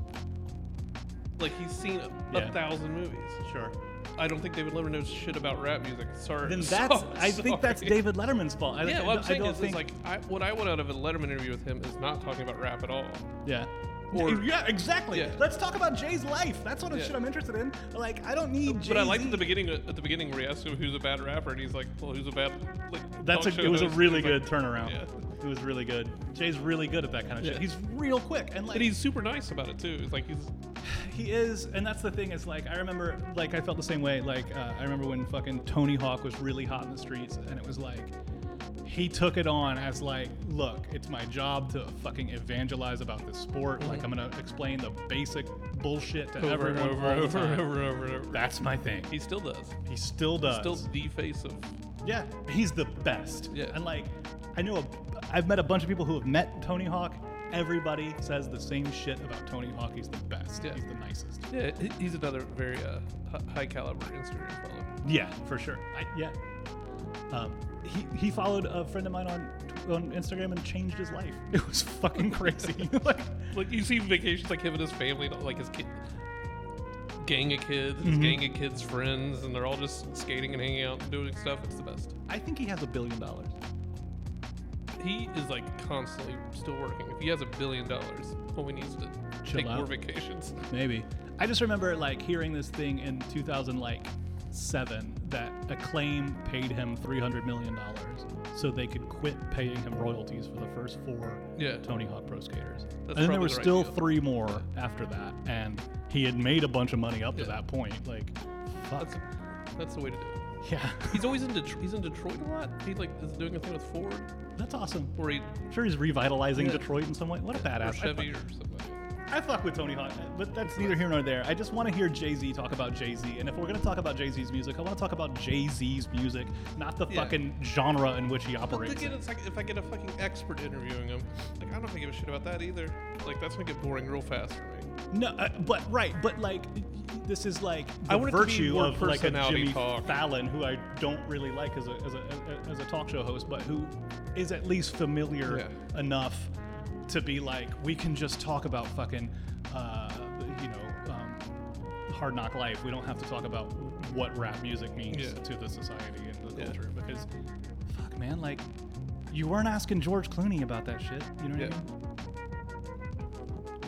[SPEAKER 1] Like he's seen a,
[SPEAKER 2] Yeah.
[SPEAKER 1] a thousand movies.
[SPEAKER 2] Sure.
[SPEAKER 1] I don't think David Letterman knows shit about rap music. Sorry.
[SPEAKER 2] Then that's
[SPEAKER 1] So-
[SPEAKER 2] I think that's
[SPEAKER 1] sorry.
[SPEAKER 2] David Letterman's fault. I,
[SPEAKER 1] Yeah,
[SPEAKER 2] I,
[SPEAKER 1] what
[SPEAKER 2] I
[SPEAKER 1] I'm saying
[SPEAKER 2] don't
[SPEAKER 1] is,
[SPEAKER 2] think
[SPEAKER 1] is like I, what I want out of a Letterman interview with him is not talking about rap at all.
[SPEAKER 2] yeah.
[SPEAKER 1] Or-
[SPEAKER 2] yeah, exactly.
[SPEAKER 1] Yeah.
[SPEAKER 2] Let's talk about Jay's life. That's what
[SPEAKER 1] Yeah.
[SPEAKER 2] shit I'm interested in. Like, I don't need Jay.
[SPEAKER 1] But I liked at the beginning at the beginning where he asked him who's a bad rapper, and he's like, "Well, who's a bad?" Like,
[SPEAKER 2] That's
[SPEAKER 1] talk
[SPEAKER 2] a,
[SPEAKER 1] show
[SPEAKER 2] it was a
[SPEAKER 1] host?"
[SPEAKER 2] really
[SPEAKER 1] He's like-
[SPEAKER 2] good turnaround.
[SPEAKER 1] Yeah.
[SPEAKER 2] It was really good. Jay's really good at that kind of
[SPEAKER 1] Yeah.
[SPEAKER 2] shit. He's real quick and like
[SPEAKER 1] And he's super nice about it too. It's like he's
[SPEAKER 2] He is, and that's the thing. Is like I remember, like I felt the same way. Like uh, I remember when fucking Tony Hawk was really hot in the streets, and it was like, he took it on as like, look, it's my job to fucking evangelize about this sport. Like I'm gonna explain the basic bullshit to
[SPEAKER 1] Over and
[SPEAKER 2] everyone
[SPEAKER 1] over
[SPEAKER 2] all
[SPEAKER 1] and
[SPEAKER 2] the
[SPEAKER 1] over
[SPEAKER 2] time.
[SPEAKER 1] and over and over and over.
[SPEAKER 2] That's my thing.
[SPEAKER 1] He still does.
[SPEAKER 2] He still does.
[SPEAKER 1] Still the face of.
[SPEAKER 2] Yeah, he's the best.
[SPEAKER 1] Yeah.
[SPEAKER 2] And like, I know, a, I've met a bunch of people who have met Tony Hawk. Everybody says the same shit about Tony Hawk. He's the best.
[SPEAKER 1] Yeah.
[SPEAKER 2] He's the nicest.
[SPEAKER 1] Yeah, he- he's another very uh, hi- high caliber Instagram follower.
[SPEAKER 2] Yeah, for sure. I, yeah. Um, he, he followed a friend of mine on on Instagram and changed his life. It was fucking crazy. like,
[SPEAKER 1] Like you see vacations like him and his family, and, like his kid, gang of kids, his gang of kids' friends, and they're all just skating and hanging out and doing stuff. It's the best.
[SPEAKER 2] I think he has a billion dollars.
[SPEAKER 1] He is like constantly still working. If he has a billion dollars, all we need is to
[SPEAKER 2] Chill
[SPEAKER 1] take
[SPEAKER 2] out.
[SPEAKER 1] more vacations.
[SPEAKER 2] Maybe. I just remember like hearing this thing in 2000 like 7 that Acclaim paid him 300 million dollars so they could quit paying him royalties for the first 4
[SPEAKER 1] Yeah.
[SPEAKER 2] Tony Hawk Pro skaters.
[SPEAKER 1] That's
[SPEAKER 2] and
[SPEAKER 1] probably
[SPEAKER 2] then there were
[SPEAKER 1] the right
[SPEAKER 2] still
[SPEAKER 1] deal.
[SPEAKER 2] 3 more after that and he had made a bunch of money up to
[SPEAKER 1] Yeah.
[SPEAKER 2] that point like fuck.
[SPEAKER 1] That's that's the way to do it.
[SPEAKER 2] yeah.
[SPEAKER 1] He's always in Detroit. He's in Detroit a lot. He like is doing a thing with Ford,
[SPEAKER 2] That's awesome.
[SPEAKER 1] or he
[SPEAKER 2] I'm sure he's revitalizing
[SPEAKER 1] Yeah.
[SPEAKER 2] Detroit in some way. What a
[SPEAKER 1] or
[SPEAKER 2] badass. I
[SPEAKER 1] Chevy
[SPEAKER 2] fuck-
[SPEAKER 1] or somebody.
[SPEAKER 2] I fuck with Tony Hawk, but that's neither here nor there. I just want to hear Jay Z talk about Jay Z, and if we're gonna talk about Jay Z's music, I want to talk about Jay Z's music, not the
[SPEAKER 1] Yeah.
[SPEAKER 2] fucking genre in which he
[SPEAKER 1] But
[SPEAKER 2] operates.
[SPEAKER 1] again, it's like if I get a fucking expert interviewing him, like I don't give a shit about that either. Like that's gonna get boring real fast for me.
[SPEAKER 2] No, uh, but right, but like this is like the
[SPEAKER 1] I want it to be
[SPEAKER 2] virtue
[SPEAKER 1] more
[SPEAKER 2] of like a
[SPEAKER 1] personality
[SPEAKER 2] Jimmy
[SPEAKER 1] talk.
[SPEAKER 2] Fallon, who I don't really like as a as a as a talk show host, but who is at least familiar
[SPEAKER 1] Yeah.
[SPEAKER 2] enough to be like, we can just talk about fucking, uh, you know, um, Hard Knock Life. We don't have to talk about what rap music means
[SPEAKER 1] Yeah.
[SPEAKER 2] to the society and the
[SPEAKER 1] Yeah.
[SPEAKER 2] culture because, fuck, man, like. You weren't asking George Clooney about that shit. You know what
[SPEAKER 1] Yeah.
[SPEAKER 2] I mean?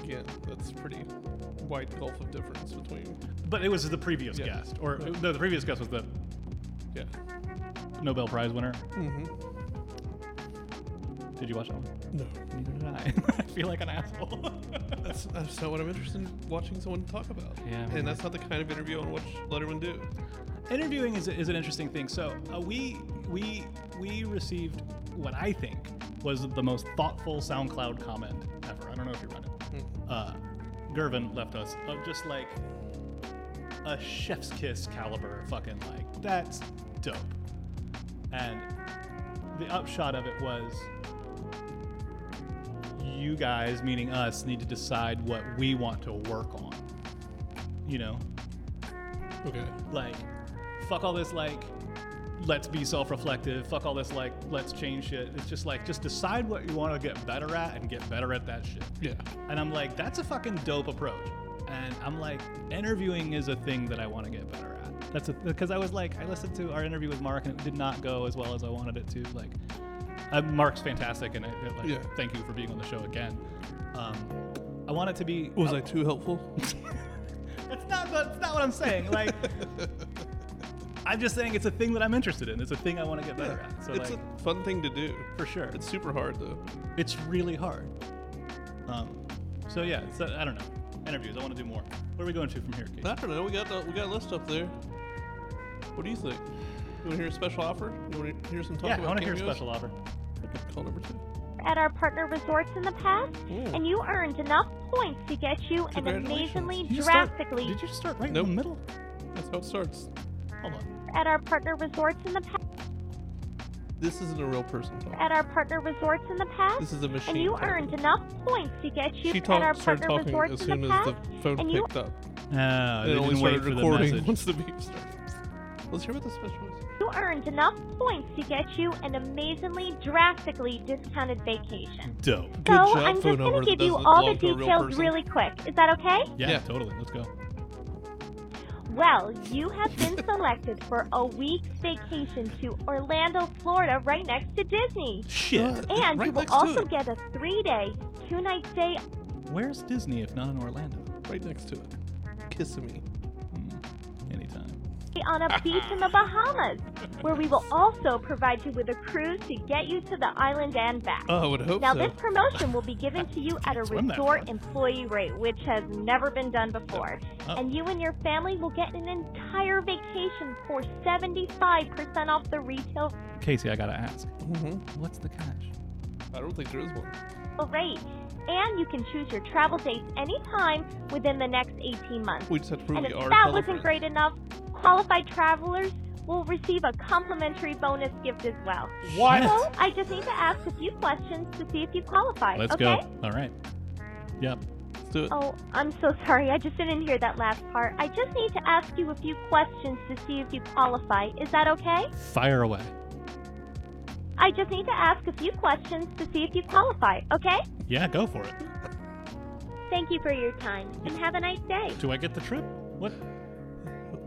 [SPEAKER 1] Again, that's pretty wide gulf of difference between.
[SPEAKER 2] But it was the previous
[SPEAKER 1] Yeah.
[SPEAKER 2] guest, or
[SPEAKER 1] Yeah.
[SPEAKER 2] no, the previous guest was the
[SPEAKER 1] Yeah.
[SPEAKER 2] Nobel Prize winner.
[SPEAKER 1] Mm-hmm.
[SPEAKER 2] Did you watch that one?
[SPEAKER 1] No,
[SPEAKER 2] Neither did I. I feel like an asshole.
[SPEAKER 1] that's that's not what I'm interested in watching someone talk about.
[SPEAKER 2] Yeah,
[SPEAKER 1] and that's not the kind of interview I want to watch Letterman do.
[SPEAKER 2] Interviewing is, is an interesting thing. So uh, we we we received what I think was the most thoughtful SoundCloud comment ever. I don't know if you read it. Uh, Gervin left us of just like a chef's kiss caliber fucking like that's dope. And the upshot of it was you guys, meaning us, need to decide what we want to work on. You know,
[SPEAKER 1] Okay.
[SPEAKER 2] like, fuck all this, like, let's be self reflective. Fuck all this, like, let's change shit. It's just like, just decide what you want to get better at and get better at that shit.
[SPEAKER 1] Yeah.
[SPEAKER 2] And I'm like, that's a fucking dope approach. And I'm like, interviewing is a thing that I want to get better at. That's because I was like, I listened to our interview with Mark and it did not go as well as I wanted it to. Like, uh, Mark's fantastic, and I, I, like,
[SPEAKER 1] Yeah.
[SPEAKER 2] thank you for being on the show again. Um, I want it to be.
[SPEAKER 1] Was I too helpful?
[SPEAKER 2] That's not that's not what I'm saying. Like I'm just saying it's a thing that I'm interested in. It's a thing I want to get better at. So
[SPEAKER 1] it's
[SPEAKER 2] like
[SPEAKER 1] a fun thing to do.
[SPEAKER 2] for sure.
[SPEAKER 1] It's
[SPEAKER 2] It's
[SPEAKER 1] super hard though.
[SPEAKER 2] it's really hard. Um so yeah, so I don't know. Interviews, I want to do more. Where are we going to from here, Kate?
[SPEAKER 1] I don't know. We got the, we got a list up there. What do you think? You want to hear a special offer? You want to hear some talk
[SPEAKER 2] yeah, I
[SPEAKER 1] about
[SPEAKER 2] want to hear a
[SPEAKER 1] cameos?
[SPEAKER 2] special offer.
[SPEAKER 1] Call number two.
[SPEAKER 4] at our partner resorts in the past,
[SPEAKER 1] Ooh.
[SPEAKER 4] and you earned enough points to get you an
[SPEAKER 1] Hmm. Congratulations.
[SPEAKER 4] amazingly
[SPEAKER 2] Did you start-
[SPEAKER 4] drastically
[SPEAKER 2] did you start right
[SPEAKER 1] Nope.
[SPEAKER 2] in the middle?
[SPEAKER 1] That's how it starts.
[SPEAKER 2] Hold on.
[SPEAKER 4] at our partner resorts in the past,
[SPEAKER 1] This isn't a real person talking.
[SPEAKER 4] at our partner resorts in the past,
[SPEAKER 1] This is a machine.
[SPEAKER 4] and you
[SPEAKER 1] talking.
[SPEAKER 4] earned enough points to get you
[SPEAKER 1] She
[SPEAKER 4] at our
[SPEAKER 1] talked, started
[SPEAKER 4] partner
[SPEAKER 1] talking
[SPEAKER 4] resorts
[SPEAKER 1] as
[SPEAKER 4] in
[SPEAKER 1] soon
[SPEAKER 4] the
[SPEAKER 1] as
[SPEAKER 4] past,
[SPEAKER 1] the phone
[SPEAKER 4] and you
[SPEAKER 1] picked up.
[SPEAKER 2] Ah,
[SPEAKER 1] it
[SPEAKER 2] they
[SPEAKER 1] only
[SPEAKER 2] didn't wait
[SPEAKER 1] started
[SPEAKER 2] for the
[SPEAKER 1] recording
[SPEAKER 2] message.
[SPEAKER 1] once the beep started. Let's hear what the special is.
[SPEAKER 4] you earned enough points to get you an amazingly drastically discounted vacation.
[SPEAKER 2] Dope.
[SPEAKER 1] Good
[SPEAKER 4] so
[SPEAKER 1] job,
[SPEAKER 4] I'm just
[SPEAKER 1] phone
[SPEAKER 4] gonna
[SPEAKER 1] number that
[SPEAKER 4] give you
[SPEAKER 1] doesn't belong
[SPEAKER 4] all the
[SPEAKER 1] to a real
[SPEAKER 4] details
[SPEAKER 1] person.
[SPEAKER 4] really quick. Is that okay?
[SPEAKER 2] Yeah,
[SPEAKER 1] Yeah.
[SPEAKER 2] totally. Let's go.
[SPEAKER 4] Well, you have been selected for a week's vacation to Orlando, Florida, right next to Disney.
[SPEAKER 2] Shit.
[SPEAKER 1] Uh,
[SPEAKER 4] And
[SPEAKER 1] right
[SPEAKER 4] you will
[SPEAKER 1] next to
[SPEAKER 4] also
[SPEAKER 1] it.
[SPEAKER 4] get a three day, two night stay.
[SPEAKER 2] Where's Disney if not in Orlando?
[SPEAKER 1] Right next to it. Kiss me.
[SPEAKER 2] Anytime.
[SPEAKER 4] on a beach in the Bahamas, where we will also provide you with a cruise to get you to the island and back.
[SPEAKER 1] Oh, I would hope
[SPEAKER 4] Now,
[SPEAKER 1] so.
[SPEAKER 4] this promotion will be given to you at a
[SPEAKER 2] Swim that
[SPEAKER 4] resort
[SPEAKER 2] far.
[SPEAKER 4] employee rate, which has never been done before.
[SPEAKER 2] Oh.
[SPEAKER 4] And you and your family will get an entire vacation for 75% off the retail
[SPEAKER 2] Casey, I gotta ask,
[SPEAKER 1] hmm
[SPEAKER 2] what's the catch?
[SPEAKER 1] I don't think there is one.
[SPEAKER 4] rate. And you can choose your travel dates anytime within the next 18 months.
[SPEAKER 1] We just have to prove
[SPEAKER 4] And
[SPEAKER 1] we
[SPEAKER 4] if
[SPEAKER 1] are.
[SPEAKER 4] that wasn't
[SPEAKER 1] qualified.
[SPEAKER 4] great enough, qualified travelers will receive a complimentary bonus gift as well.
[SPEAKER 2] What?
[SPEAKER 4] So I just need to ask a few questions to see if you qualify.
[SPEAKER 2] Let's
[SPEAKER 4] okay?
[SPEAKER 2] go. All right. Yep.
[SPEAKER 1] Let's do it.
[SPEAKER 4] Oh, I'm so sorry. I just didn't hear that last part. I just need to ask you a few questions to see if you qualify. Is that okay?
[SPEAKER 2] Fire away.
[SPEAKER 4] I just need to ask a few questions to see if you qualify. Okay?
[SPEAKER 2] Yeah, go for it.
[SPEAKER 4] Thank you for your time and have a nice day.
[SPEAKER 2] Do I get the trip? What?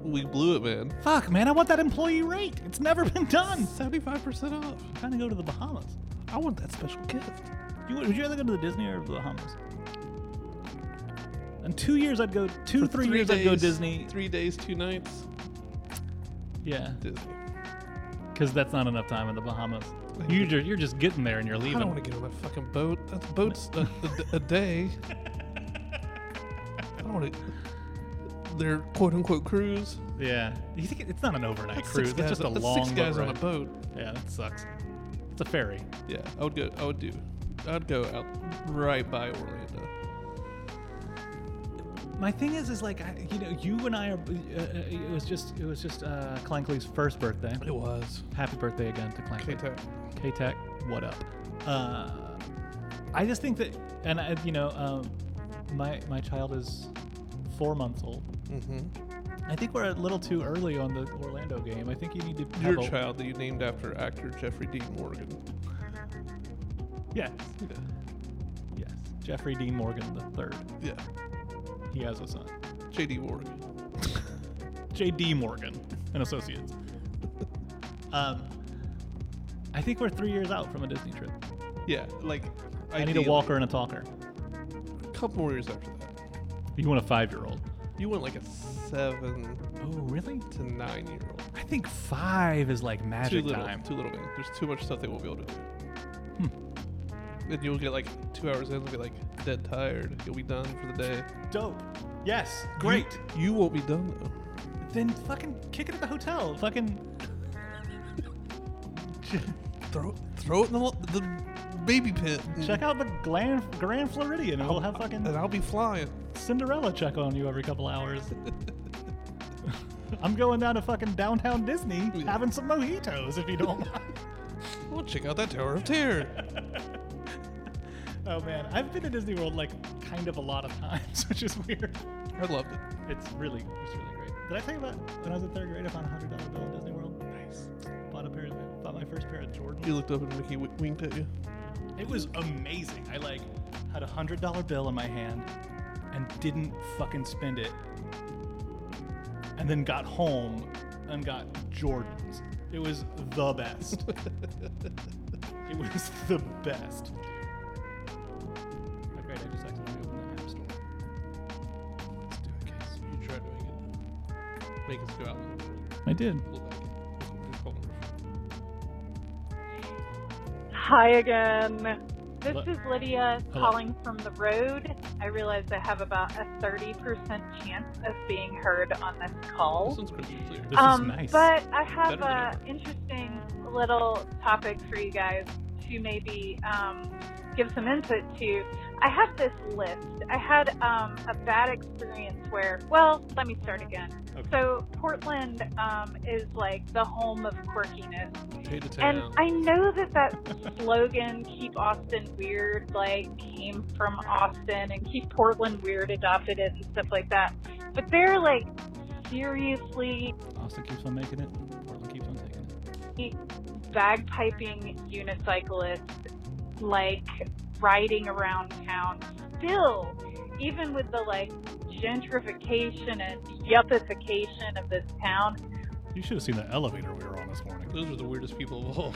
[SPEAKER 1] We blew it, man.
[SPEAKER 2] Fuck, man, I want that employee rate. It's never been done.
[SPEAKER 1] Seventy-five percent off.
[SPEAKER 2] I'm trying to go to the Bahamas.
[SPEAKER 1] I want that special gift.
[SPEAKER 2] You, would you rather go to the Disney or the Bahamas? In two years, I'd go. Two,
[SPEAKER 1] For
[SPEAKER 2] three, years, I'd go
[SPEAKER 1] days-
[SPEAKER 2] Disney.
[SPEAKER 1] Three days, two nights.
[SPEAKER 2] Yeah,
[SPEAKER 1] Disney.
[SPEAKER 2] because that's not enough time in the Bahamas. You, ju- you're just getting there and you're
[SPEAKER 1] I don't
[SPEAKER 2] leaving.
[SPEAKER 1] want to get on that fucking boat. That's boats a, a, a day. I don't want to. Their quote unquote cruise.
[SPEAKER 2] Yeah, you think it- it's not an overnight
[SPEAKER 1] That's
[SPEAKER 2] cruise?
[SPEAKER 1] Six
[SPEAKER 2] That's
[SPEAKER 1] guys,
[SPEAKER 2] just a
[SPEAKER 1] that's
[SPEAKER 2] long
[SPEAKER 1] six guys
[SPEAKER 2] boat
[SPEAKER 1] on a
[SPEAKER 2] ride.
[SPEAKER 1] boat.
[SPEAKER 2] Yeah, that sucks. It's a ferry.
[SPEAKER 1] Yeah, I would go. I would do. I'd go out right by Orlando.
[SPEAKER 2] My thing is, is like, I, you know, you and I are. Uh, uh, it was just, it was just uh, Clankley's first birthday.
[SPEAKER 1] It was.
[SPEAKER 2] Happy birthday again to Clankley.
[SPEAKER 1] Okay, Tech.
[SPEAKER 2] K Tech, what up? Uh, I just think that, and I, you know, um, my my child is four months old.
[SPEAKER 1] Mm-hmm.
[SPEAKER 2] I think we're a little too early on the Orlando game. I think you need to have
[SPEAKER 1] Your
[SPEAKER 2] a-
[SPEAKER 1] child that you named after actor Jeffrey D. Morgan.
[SPEAKER 2] Yes,
[SPEAKER 1] Yeah.
[SPEAKER 2] yes. Jeffrey Dean Morgan the third.
[SPEAKER 1] Yeah.
[SPEAKER 2] He has a son,
[SPEAKER 1] J.D. Morgan.
[SPEAKER 2] J D Morgan and Associates. um, I think we're three years out from a Disney trip.
[SPEAKER 1] Yeah, like
[SPEAKER 2] I need a walker and a talker.
[SPEAKER 1] A couple more years after that,
[SPEAKER 2] You want a five year old?
[SPEAKER 1] you want like a seven
[SPEAKER 2] Oh, really?
[SPEAKER 1] to nine year old.
[SPEAKER 2] I think five is like
[SPEAKER 1] Too
[SPEAKER 2] magic
[SPEAKER 1] little.
[SPEAKER 2] time.
[SPEAKER 1] Too little, man. There's too much stuff they won't be able to do. And you'll get like two hours in, you'll be like dead tired. You'll be done for the day.
[SPEAKER 2] Dope. Yes. Great.
[SPEAKER 1] You, you won't be done though.
[SPEAKER 2] Then fucking kick it at the hotel. Fucking.
[SPEAKER 1] Throw throw it in the, lo- the baby pit. and-
[SPEAKER 2] Check out the Grand, Grand Floridian and we'll have
[SPEAKER 1] and
[SPEAKER 2] fucking
[SPEAKER 1] I'll be flying.
[SPEAKER 2] Cinderella check on you every couple hours. I'm going down to fucking downtown Disney having some mojitos if you don't mind.
[SPEAKER 1] Well, check out that Tower of Terror.
[SPEAKER 2] Oh man, I've been to Disney World like kind of a lot of times, which is weird.
[SPEAKER 1] I loved it.
[SPEAKER 2] It's really, it's really great. Did I tell you about when I was in third grade? I found a hundred dollar bill in Disney World. Nice. Bought a pair of, bought my first pair of Jordans.
[SPEAKER 1] You looked up and Mickey w- winked at you.
[SPEAKER 2] It was amazing. I like had a hundred dollar bill in my hand and didn't fucking spend it. And then got home and got Jordans. It was the best. it was the best. Oh, great, I just accidentally opened the app store. Let's do it, guys.
[SPEAKER 1] You tried to make it. Make us go out and
[SPEAKER 2] I did.
[SPEAKER 1] pull back. in. Hold on.
[SPEAKER 5] Hi again. This
[SPEAKER 2] What?
[SPEAKER 5] is Lydia
[SPEAKER 2] Hello.
[SPEAKER 5] calling from the road. I realize I have about a 30% chance of being heard on this
[SPEAKER 1] This
[SPEAKER 5] call.
[SPEAKER 1] one's crystal clear.
[SPEAKER 2] This
[SPEAKER 5] um,
[SPEAKER 2] is nice.
[SPEAKER 5] But I
[SPEAKER 1] Better
[SPEAKER 5] have
[SPEAKER 1] than
[SPEAKER 5] an interesting little topic for you guys to maybe um, give some input to. I have this list. I had um, a bad experience where, well, let me start again.
[SPEAKER 2] Okay.
[SPEAKER 5] So, Portland um, is like the home of quirkiness.
[SPEAKER 1] Pay to
[SPEAKER 5] And
[SPEAKER 1] town.
[SPEAKER 5] I know that that slogan, keep Austin weird, like came from Austin and keep Portland weird adopted it and stuff like that. But they're like seriously
[SPEAKER 2] Austin keeps on making it. Portland keeps on taking it.
[SPEAKER 5] bagpiping unicyclists, like riding around town still, even with the like gentrification and yuppification of this town,
[SPEAKER 2] You should have seen the elevator we were on this morning.
[SPEAKER 1] Those are the weirdest people of all.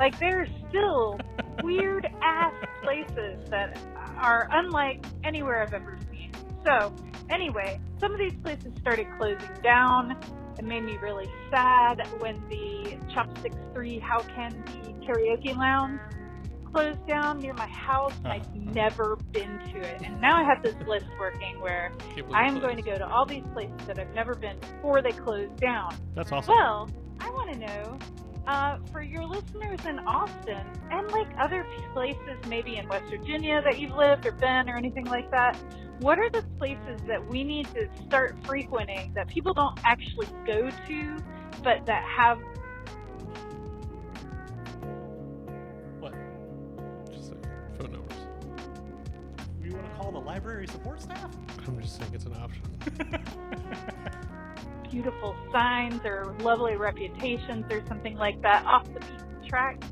[SPEAKER 5] Like there are still weird ass places that are unlike anywhere I've ever seen. So anyway, some of these places started closing down. It made me really sad when the Chopsticks 3 How Can Be Karaoke Lounge closed down near my house. I'd never been to it. And now I have this list working where
[SPEAKER 1] Can't believe
[SPEAKER 5] I am
[SPEAKER 1] it's
[SPEAKER 5] going to
[SPEAKER 1] closed.
[SPEAKER 5] go to all these places that I've never been before they close down.
[SPEAKER 2] That's awesome.
[SPEAKER 5] Well, I want to know uh, for your listeners in Austin and like other places, maybe in West Virginia that you've lived or been or anything like that, what are the places that we need to start frequenting that people don't actually go to but that have
[SPEAKER 6] What?
[SPEAKER 1] Just like phone numbers.
[SPEAKER 6] You want to call the library support staff?
[SPEAKER 1] I'm just saying it's an option.
[SPEAKER 5] beautiful signs or lovely reputations or something like that off the beaten track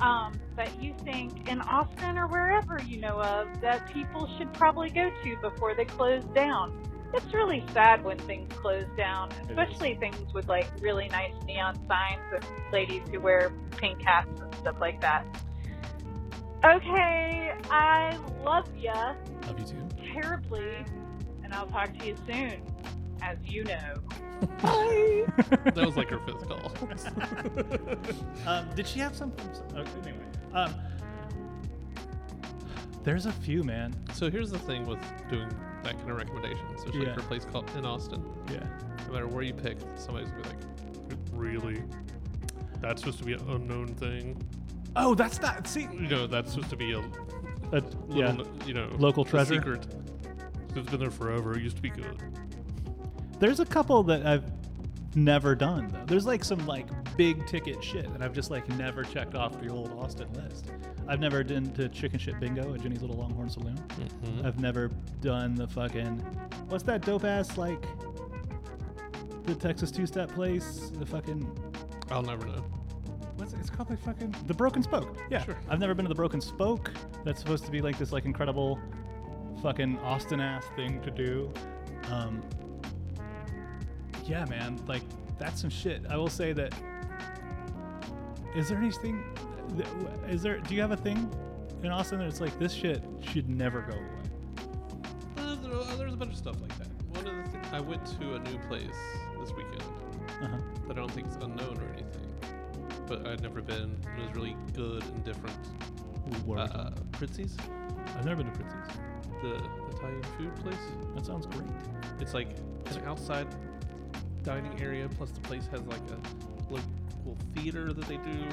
[SPEAKER 5] um, that you think in Austin or wherever you know of that people should probably go to before they close down. It's really sad when things close down, especially things with like really nice neon signs and ladies who wear pink hats and stuff like that. Okay, I love ya
[SPEAKER 2] Love you too.
[SPEAKER 5] terribly, and I'll talk to you soon, as you know.
[SPEAKER 1] that was like her fifth call.
[SPEAKER 2] Um, did she have something? Okay, anyway. Um, there's a few, man.
[SPEAKER 1] so here's the thing with doing that kind of recommendation, especially
[SPEAKER 2] Yeah.
[SPEAKER 1] for a place called in Austin.
[SPEAKER 2] Yeah.
[SPEAKER 1] No matter where you pick, somebody's gonna be like, "Really? That's supposed to be an unknown thing?
[SPEAKER 2] Oh, that's not. See,
[SPEAKER 1] You know, that's supposed to be a
[SPEAKER 2] uh, yeah.
[SPEAKER 1] little, you know,
[SPEAKER 2] Local
[SPEAKER 1] a
[SPEAKER 2] treasure?
[SPEAKER 1] secret. It's been there forever. It used to be good.
[SPEAKER 2] There's a couple that I've never done though. There's like some like big ticket shit that I've just like never checked off the old Austin list. I've never done to chicken shit bingo at Jenny's Little Longhorn Saloon. I've never done the fucking what's that dope ass like the Texas two step place the fucking
[SPEAKER 1] I'll never know.
[SPEAKER 2] What's it? It's called the fucking the Broken Spoke. Yeah,
[SPEAKER 1] Sure.
[SPEAKER 2] I've never been to the Broken Spoke. That's supposed to be like this like incredible, fucking Austin ass thing to do. Um, yeah, man, like that's some shit. I will say that. Is there anything? that- Is there? Do you have a thing in Austin that it's like this shit should never go away?
[SPEAKER 1] Uh, there are- there's a bunch of stuff like that. One of the things I went to a new place this weekend
[SPEAKER 2] Uh-huh.
[SPEAKER 1] that I don't think is unknown or anything, but I'd never been. It was really good and different.
[SPEAKER 2] Ooh, Warwick.
[SPEAKER 1] Uh, Pritzi's,
[SPEAKER 2] I've never been to Prince's.
[SPEAKER 1] the Italian food place.
[SPEAKER 2] That sounds great.
[SPEAKER 1] It's like an outside dining area, plus the place has like a local theater that they do.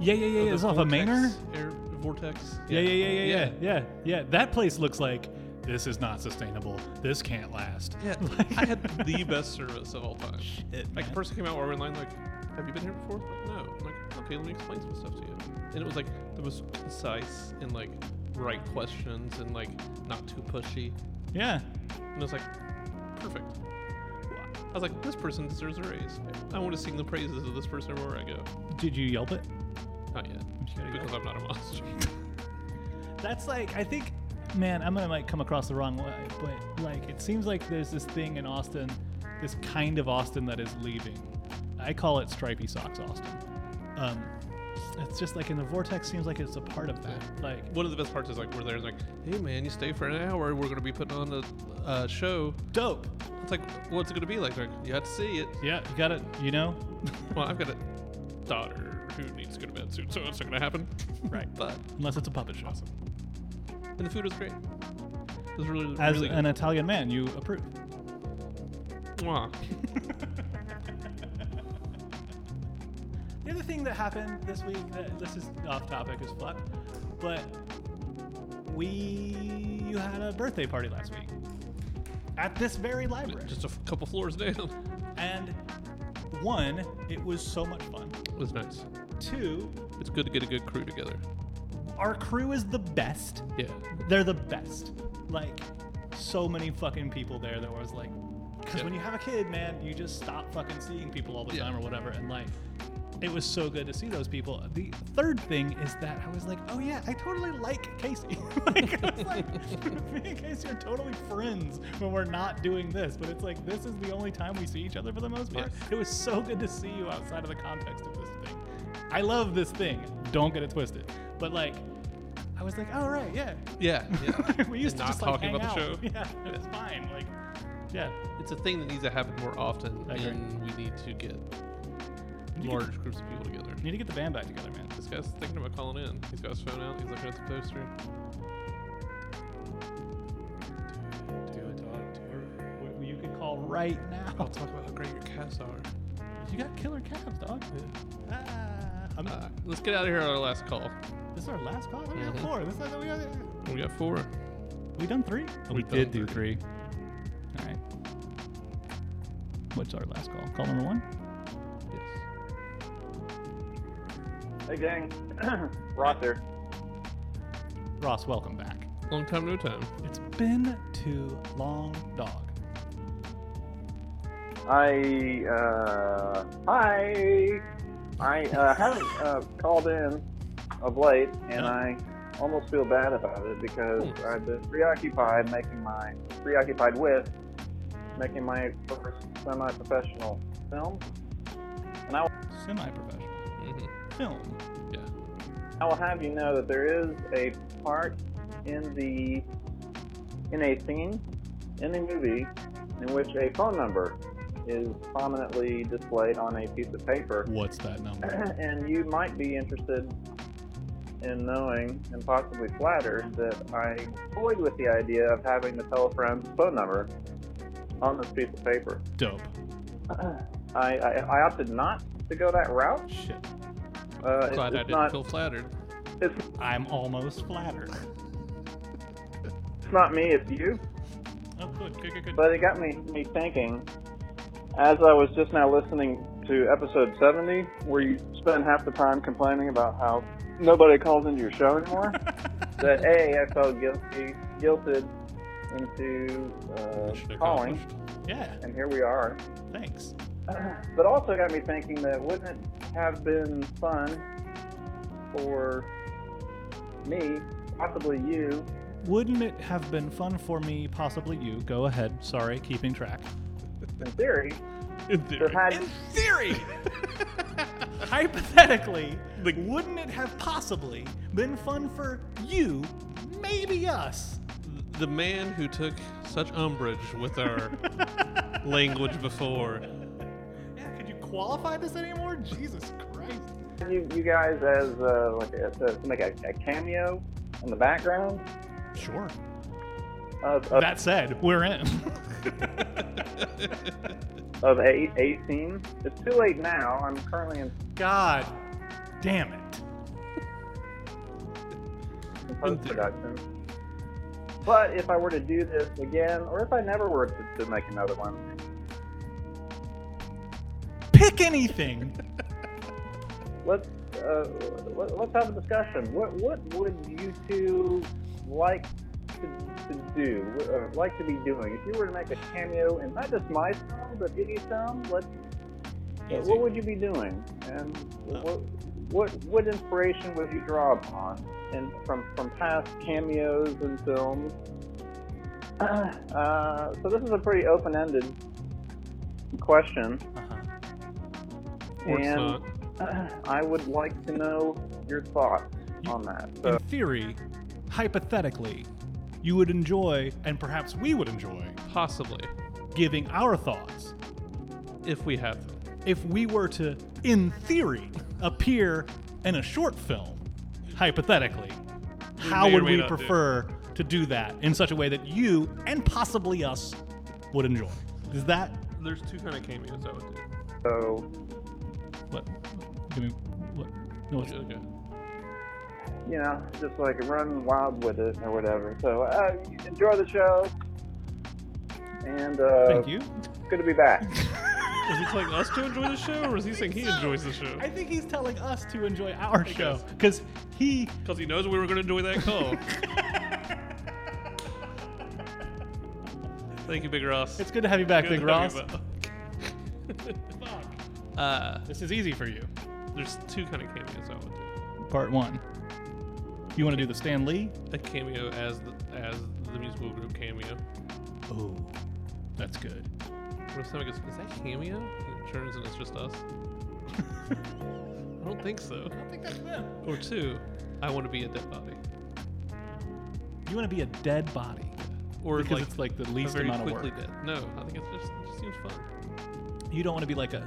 [SPEAKER 2] Yeah, yeah, yeah.
[SPEAKER 1] Oh,
[SPEAKER 2] yeah.
[SPEAKER 1] the
[SPEAKER 2] It's off a
[SPEAKER 1] Vortex
[SPEAKER 2] Manor.
[SPEAKER 1] Air, vortex.
[SPEAKER 2] Yeah, yeah, yeah, yeah, yeah, yeah, yeah. That place looks like this is not sustainable. This can't last.
[SPEAKER 1] Yeah, I had the best service of all time.
[SPEAKER 2] Shit,
[SPEAKER 1] Like,
[SPEAKER 2] man.
[SPEAKER 1] the person came out in line, like, have you been here before? Like, no. I'm like, okay, let me explain some stuff to you. And it was like the most concise and like right questions and like not too pushy.
[SPEAKER 2] Yeah.
[SPEAKER 1] And I was like, perfect. I was like, this person deserves a raise. I want to sing the praises of this person everywhere I go.
[SPEAKER 2] Did you Yelp it?
[SPEAKER 1] Not yet.
[SPEAKER 2] just gonna
[SPEAKER 1] Because
[SPEAKER 2] go.
[SPEAKER 1] I'm not a monster.
[SPEAKER 2] That's like I think, man. I'm gonna might come across the wrong way, but like it seems like there's this thing in Austin, this kind of Austin that is leaving. I call it stripy socks Austin. Um, it's just like in the vortex seems like it's a part of that. Like
[SPEAKER 1] One of the best parts is like we're there and like, hey man, you stay for an hour. We're gonna be putting on a uh, show.
[SPEAKER 2] dope.
[SPEAKER 1] It's like, what's it gonna be like? They're Like, you have to see it.
[SPEAKER 2] Yeah, you got it. You know,
[SPEAKER 1] Well, I've got a daughter who needs to go to bed soon, so it's not gonna happen.
[SPEAKER 2] right?
[SPEAKER 1] But
[SPEAKER 2] Unless it's a puppet show.
[SPEAKER 1] and the food was great. It was really
[SPEAKER 2] As
[SPEAKER 1] really
[SPEAKER 2] an Italian man, you approve.
[SPEAKER 1] good. Mwah.
[SPEAKER 2] The other thing that happened this week, that this is off topic as fuck, but we you had a birthday party last week at this very library,
[SPEAKER 1] Just a f- couple floors down.
[SPEAKER 2] and one, it was so much fun.
[SPEAKER 1] It was nice.
[SPEAKER 2] Two,
[SPEAKER 1] It's good to get a good crew together.
[SPEAKER 2] our crew is the best.
[SPEAKER 1] Yeah.
[SPEAKER 2] They're the best. Like, so many fucking people there that was like, because
[SPEAKER 1] Yeah.
[SPEAKER 2] when you have a kid, man, you just stop fucking seeing people all the
[SPEAKER 1] Yeah.
[SPEAKER 2] time or whatever. And like, it was so good to see those people. The third thing is that I was like, oh yeah, I totally like Casey. like, I was like, me and Casey are totally friends when we're not doing this. But it's like, this is the only time we see each other for the most part.
[SPEAKER 1] Yes.
[SPEAKER 2] It was so good to see you outside of the context of this thing. I love this thing. Don't get it twisted. But like, I was like, oh right, yeah,
[SPEAKER 1] Yeah. Yeah.
[SPEAKER 2] we used
[SPEAKER 1] And
[SPEAKER 2] to
[SPEAKER 1] not
[SPEAKER 2] just
[SPEAKER 1] talking
[SPEAKER 2] like,
[SPEAKER 1] about
[SPEAKER 2] hang
[SPEAKER 1] the
[SPEAKER 2] out.
[SPEAKER 1] show.
[SPEAKER 2] Yeah, it was fine. Like, Yeah.
[SPEAKER 1] It's a thing that needs to happen more often,
[SPEAKER 2] I agree.
[SPEAKER 1] and we need to get
[SPEAKER 2] You
[SPEAKER 1] large groups of people together.
[SPEAKER 2] Need to get the band back together, man.
[SPEAKER 1] This guy's thinking about calling in. He's got his phone out. He's looking at the poster.
[SPEAKER 2] W- You could call right now.
[SPEAKER 1] I'll talk about how great your cats are.
[SPEAKER 2] You got killer calves, dog. Ah, I'm,
[SPEAKER 1] Uh, let's get out of here on our last call.
[SPEAKER 2] this is our last call. We got
[SPEAKER 1] Mhm.
[SPEAKER 2] four. This is, we, got,
[SPEAKER 1] We got four.
[SPEAKER 2] we done three.
[SPEAKER 1] We did do
[SPEAKER 2] three. All right. What's our last call? Call number one.
[SPEAKER 1] Yes.
[SPEAKER 7] Hey, gang. Ross here.
[SPEAKER 2] Ross, welcome back.
[SPEAKER 1] Long time, no time.
[SPEAKER 2] It's been too long, dog.
[SPEAKER 7] I, uh, hi. I, uh, haven't, uh, called in of late, and I almost feel bad about it because I've been preoccupied making my, preoccupied with making my first semi-professional film.
[SPEAKER 2] Semi-professional
[SPEAKER 1] hmm
[SPEAKER 2] film.
[SPEAKER 1] Yeah.
[SPEAKER 7] I will have you know that there is a part in the in a scene in a movie in which a phone number is prominently displayed on a piece of paper,
[SPEAKER 2] What's that number?
[SPEAKER 7] and you might be interested in knowing and possibly flattered that I toyed with the idea of having to tell a friend's phone number on this piece of paper.
[SPEAKER 2] Dope.
[SPEAKER 7] I, I, I opted not to go that route.
[SPEAKER 2] Shit.
[SPEAKER 7] Uh, it's,
[SPEAKER 1] Glad I
[SPEAKER 7] it's
[SPEAKER 1] didn't
[SPEAKER 7] not
[SPEAKER 1] feel flattered.
[SPEAKER 7] it's
[SPEAKER 2] I'm almost flattered.
[SPEAKER 7] it's not me, it's you.
[SPEAKER 2] Oh, good, good, good, good.
[SPEAKER 7] But it got me, me thinking, as I was just now listening to episode 70, where you spend half the time complaining about how nobody calls into your show anymore, that A, I felt guilty, guilted into uh, calling,
[SPEAKER 2] Yeah,
[SPEAKER 7] and here we are.
[SPEAKER 2] thanks.
[SPEAKER 7] But also got me thinking that wouldn't it have been fun for me, possibly you,
[SPEAKER 2] Wouldn't it have been fun for me, possibly you? Go ahead. Sorry, keeping track.
[SPEAKER 7] in theory, to have had
[SPEAKER 2] theory! Hypothetically, wouldn't it have possibly been fun for you, maybe us?
[SPEAKER 1] The man who took such umbrage with our language before.
[SPEAKER 2] Yeah, could you qualify this anymore? Jesus Christ.
[SPEAKER 7] you, you guys as uh, like a, to make a, a cameo in the background.
[SPEAKER 2] Sure.
[SPEAKER 7] Of, of,
[SPEAKER 2] That said, we're in.
[SPEAKER 7] of eight, 18. It's too late now. I'm currently in
[SPEAKER 2] God damn it.
[SPEAKER 7] post production. But if I were to do this again, or if I never were to, to make another one,
[SPEAKER 2] Pick anything.
[SPEAKER 7] let's uh, let, let's have a discussion. What what would you two like to, to do? Uh, like to be doing? If you were to make a cameo in not just my film, but any film, let's.
[SPEAKER 1] Easy.
[SPEAKER 7] What would you be doing? And what what what inspiration would you draw upon? And from from past cameos and films. Uh, so this is a pretty open-ended question.
[SPEAKER 2] Uh-huh.
[SPEAKER 1] Or it's
[SPEAKER 7] And- uh,
[SPEAKER 1] not.
[SPEAKER 7] I would like to know your thoughts on that. So,
[SPEAKER 1] Uh,
[SPEAKER 2] in theory, hypothetically, you would enjoy, and perhaps we would enjoy,
[SPEAKER 1] Possibly.
[SPEAKER 2] giving our thoughts
[SPEAKER 1] If we have them.
[SPEAKER 2] if we were to, in theory, appear in a short film, hypothetically. How
[SPEAKER 1] may or
[SPEAKER 2] would
[SPEAKER 1] may
[SPEAKER 2] we
[SPEAKER 1] not do.
[SPEAKER 2] prefer to do that in such a way that you and possibly us would enjoy? Is that
[SPEAKER 1] There's two kind of cameos I would do.
[SPEAKER 7] so
[SPEAKER 2] what? Give me what? No, it's,
[SPEAKER 1] Okay.
[SPEAKER 7] you know, just like run wild with it or whatever. So uh, enjoy the show, and uh,
[SPEAKER 2] thank you.
[SPEAKER 7] Good to be back.
[SPEAKER 1] Is he telling us to enjoy the show, or is he saying he enjoys the show?
[SPEAKER 2] I think he's telling us to enjoy our show because he
[SPEAKER 1] Because he knows we were going to enjoy that call. Thank you, Big Ross.
[SPEAKER 2] It's good to have you back,
[SPEAKER 1] Good
[SPEAKER 2] Big
[SPEAKER 1] to have
[SPEAKER 2] Ross.
[SPEAKER 1] you back. uh,
[SPEAKER 2] This is easy for you.
[SPEAKER 1] there's two kind of cameos I would do.
[SPEAKER 2] Part one. You want to do the Stan Lee?
[SPEAKER 1] A cameo as the, as the musical group cameo.
[SPEAKER 2] Oh, that's good.
[SPEAKER 1] Where someone goes, is that cameo? And it turns and it's just us. I don't think so.
[SPEAKER 2] I think that's them.
[SPEAKER 1] Or two, I want to be a dead body.
[SPEAKER 2] You want to be a dead body.
[SPEAKER 8] or
[SPEAKER 2] because
[SPEAKER 8] like,
[SPEAKER 2] it's like the
[SPEAKER 8] a
[SPEAKER 2] least
[SPEAKER 8] very
[SPEAKER 2] amount of
[SPEAKER 8] quickly
[SPEAKER 2] work.
[SPEAKER 8] dead. No, I think it's just, it just seems fun.
[SPEAKER 2] You don't want to be like a.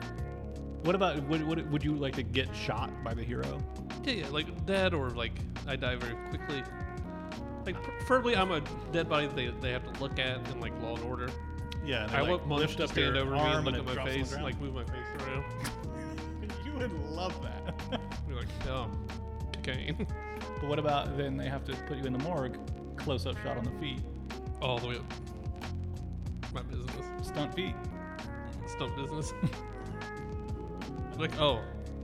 [SPEAKER 2] What about would, would would you like to get shot by the hero?
[SPEAKER 8] Yeah, yeah, like dead or like I die very quickly. Like preferably, I'm a dead body that they, they have to look at in like Law and Order.
[SPEAKER 2] Yeah, and they,
[SPEAKER 8] I
[SPEAKER 2] like,
[SPEAKER 8] want Munch
[SPEAKER 2] lift
[SPEAKER 8] to
[SPEAKER 2] up
[SPEAKER 8] stand
[SPEAKER 2] your
[SPEAKER 8] over me and
[SPEAKER 2] arm
[SPEAKER 8] look
[SPEAKER 2] it
[SPEAKER 8] at my
[SPEAKER 2] drops on the
[SPEAKER 8] face,
[SPEAKER 2] ground.
[SPEAKER 8] like move my face around.
[SPEAKER 2] you would love that.
[SPEAKER 8] You're like, oh, cocaine,
[SPEAKER 2] but what about then they have to put you in the morgue, close up shot on the feet,
[SPEAKER 8] all the way up. My business,
[SPEAKER 2] stunt feet.
[SPEAKER 8] stump business. like, oh,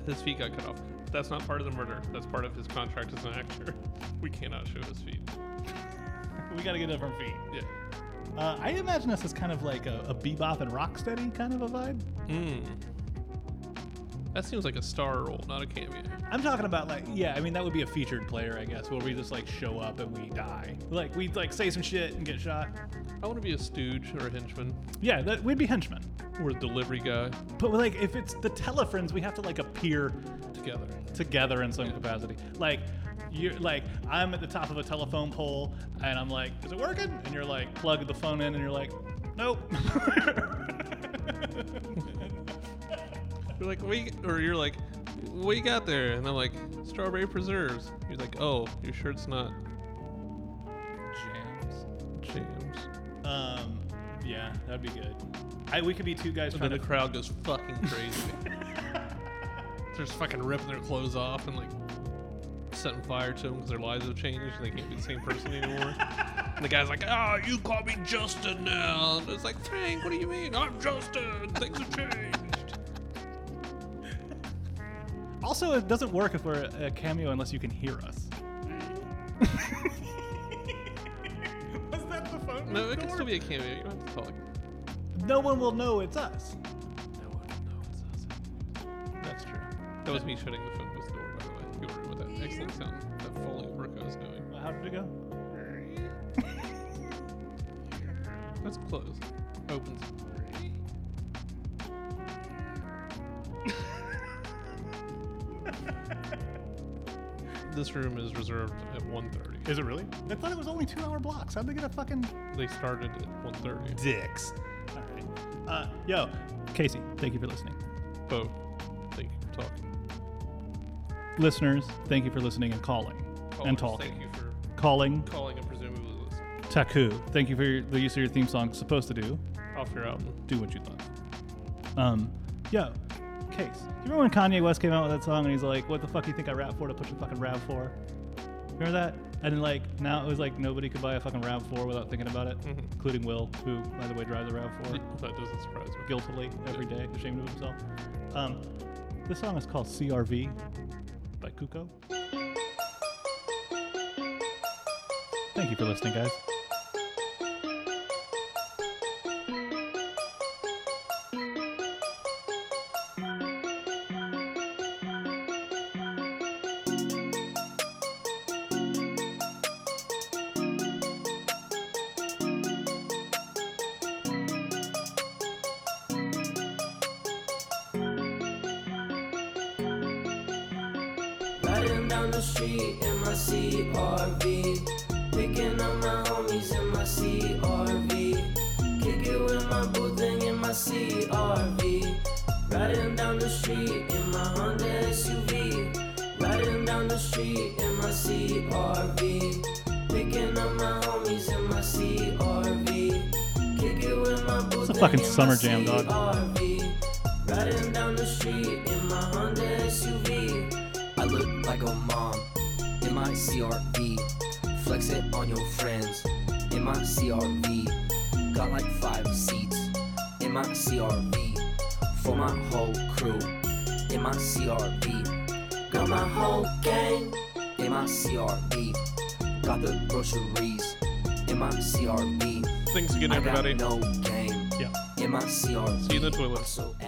[SPEAKER 8] his feet got cut off. That's not part of the murder. That's part of his contract as an actor. We cannot show his feet.
[SPEAKER 2] We got to get different feet.
[SPEAKER 8] Yeah.
[SPEAKER 2] Uh, I imagine this is kind of like a, a bebop and rocksteady kind of a vibe.
[SPEAKER 8] Mm. That seems like a star role, not a cameo.
[SPEAKER 2] I'm talking about like yeah, I mean that would be a featured player, I guess, where we just like show up and we die. Like we like say some shit and get shot.
[SPEAKER 8] I want to be a stooge or a henchman
[SPEAKER 2] Yeah, that we'd be henchmen.
[SPEAKER 8] or a delivery guy
[SPEAKER 2] But like if it's the telefriends, we have to like appear
[SPEAKER 8] together.
[SPEAKER 2] together in some capacity. Like you're like I'm at the top of a telephone pole and I'm like, is it working? And you're like plug the phone in and you're like, nope.
[SPEAKER 8] You're like, we, or you're like, what you got there? And I'm like, strawberry preserves. You're like, oh, you're sure it's not
[SPEAKER 2] Jams.
[SPEAKER 8] jams?
[SPEAKER 2] Um, yeah, that'd be good. I we could be two guys
[SPEAKER 8] And
[SPEAKER 2] trying
[SPEAKER 8] then
[SPEAKER 2] to
[SPEAKER 8] the crowd goes fucking crazy. they're just fucking ripping their clothes off and like setting fire to them because their lives have changed and they can't be the same person anymore. and the guy's like, "Oh, you call me Justin now." And it's like, "Frank, what do you mean? I'm Justin. Things have changed."
[SPEAKER 2] Also, it doesn't work if we're a cameo unless you can hear us. Was that the phone?
[SPEAKER 8] No, it can still be a cameo. You don't have to talk.
[SPEAKER 2] No one will know it's us.
[SPEAKER 8] No one will know it's us.
[SPEAKER 2] That's true.
[SPEAKER 8] That was me shutting the phone with the door, by the way. If you were with that excellent sound that Foley work I was doing.
[SPEAKER 2] Well, Uh, how did it go?
[SPEAKER 8] That's close. Opens. this room is reserved at 1.30.
[SPEAKER 2] Is it really? I thought it was only two-hour blocks. How'd they get a fucking
[SPEAKER 8] They started at 1.30.
[SPEAKER 2] dicks? All right. Uh, yo, Casey, thank you for listening.
[SPEAKER 8] Bo, thank you for talking.
[SPEAKER 2] Listeners, thank you for listening and calling and
[SPEAKER 8] Callers,
[SPEAKER 2] talking.
[SPEAKER 8] Thank you for
[SPEAKER 2] Calling
[SPEAKER 8] calling and presumably listening.
[SPEAKER 2] Taku. Thank you for your, the use of your theme song. Supposed to do.
[SPEAKER 8] Off your album.
[SPEAKER 2] do what you love. Um, yo, Case, do you remember when Kanye West came out with that song and he's like, "What the fuck do you think I rap for? To put your fucking rap for?" Remember that? And then like now it was like nobody could buy a fucking rap four without thinking about it,
[SPEAKER 8] Mhm.
[SPEAKER 2] including Will, who by the way drives a rap four
[SPEAKER 8] That doesn't surprise me.
[SPEAKER 2] guiltily every day, ashamed of himself. Um, this song is called CRV by Kuko. Thank you for listening, guys.
[SPEAKER 9] Riding down the street in my CRV. Picking up my homies in my CRV. Kick it with my boo thing in my CRV. Riding down the street in my Honda SUV. Riding down the street in my CRV. Picking up my homies in my CRV. Kick it with my boo
[SPEAKER 2] It's a
[SPEAKER 9] thing
[SPEAKER 2] fucking
[SPEAKER 9] in my
[SPEAKER 2] summer jam, dog.
[SPEAKER 9] CRV. Riding down the street in my Honda SUV.
[SPEAKER 10] I look like a mom in my CRV. Flex it on your friends in my CRV. Got like five seats in my CRV. For my whole crew in my CRV. Got my whole gang in my CRV. Got the groceries in my CRV.
[SPEAKER 8] Thanks again,
[SPEAKER 10] I got
[SPEAKER 8] everybody.
[SPEAKER 10] no game
[SPEAKER 2] Yeah.
[SPEAKER 10] in my CRV.
[SPEAKER 8] See you in the toilet.
[SPEAKER 10] I'm so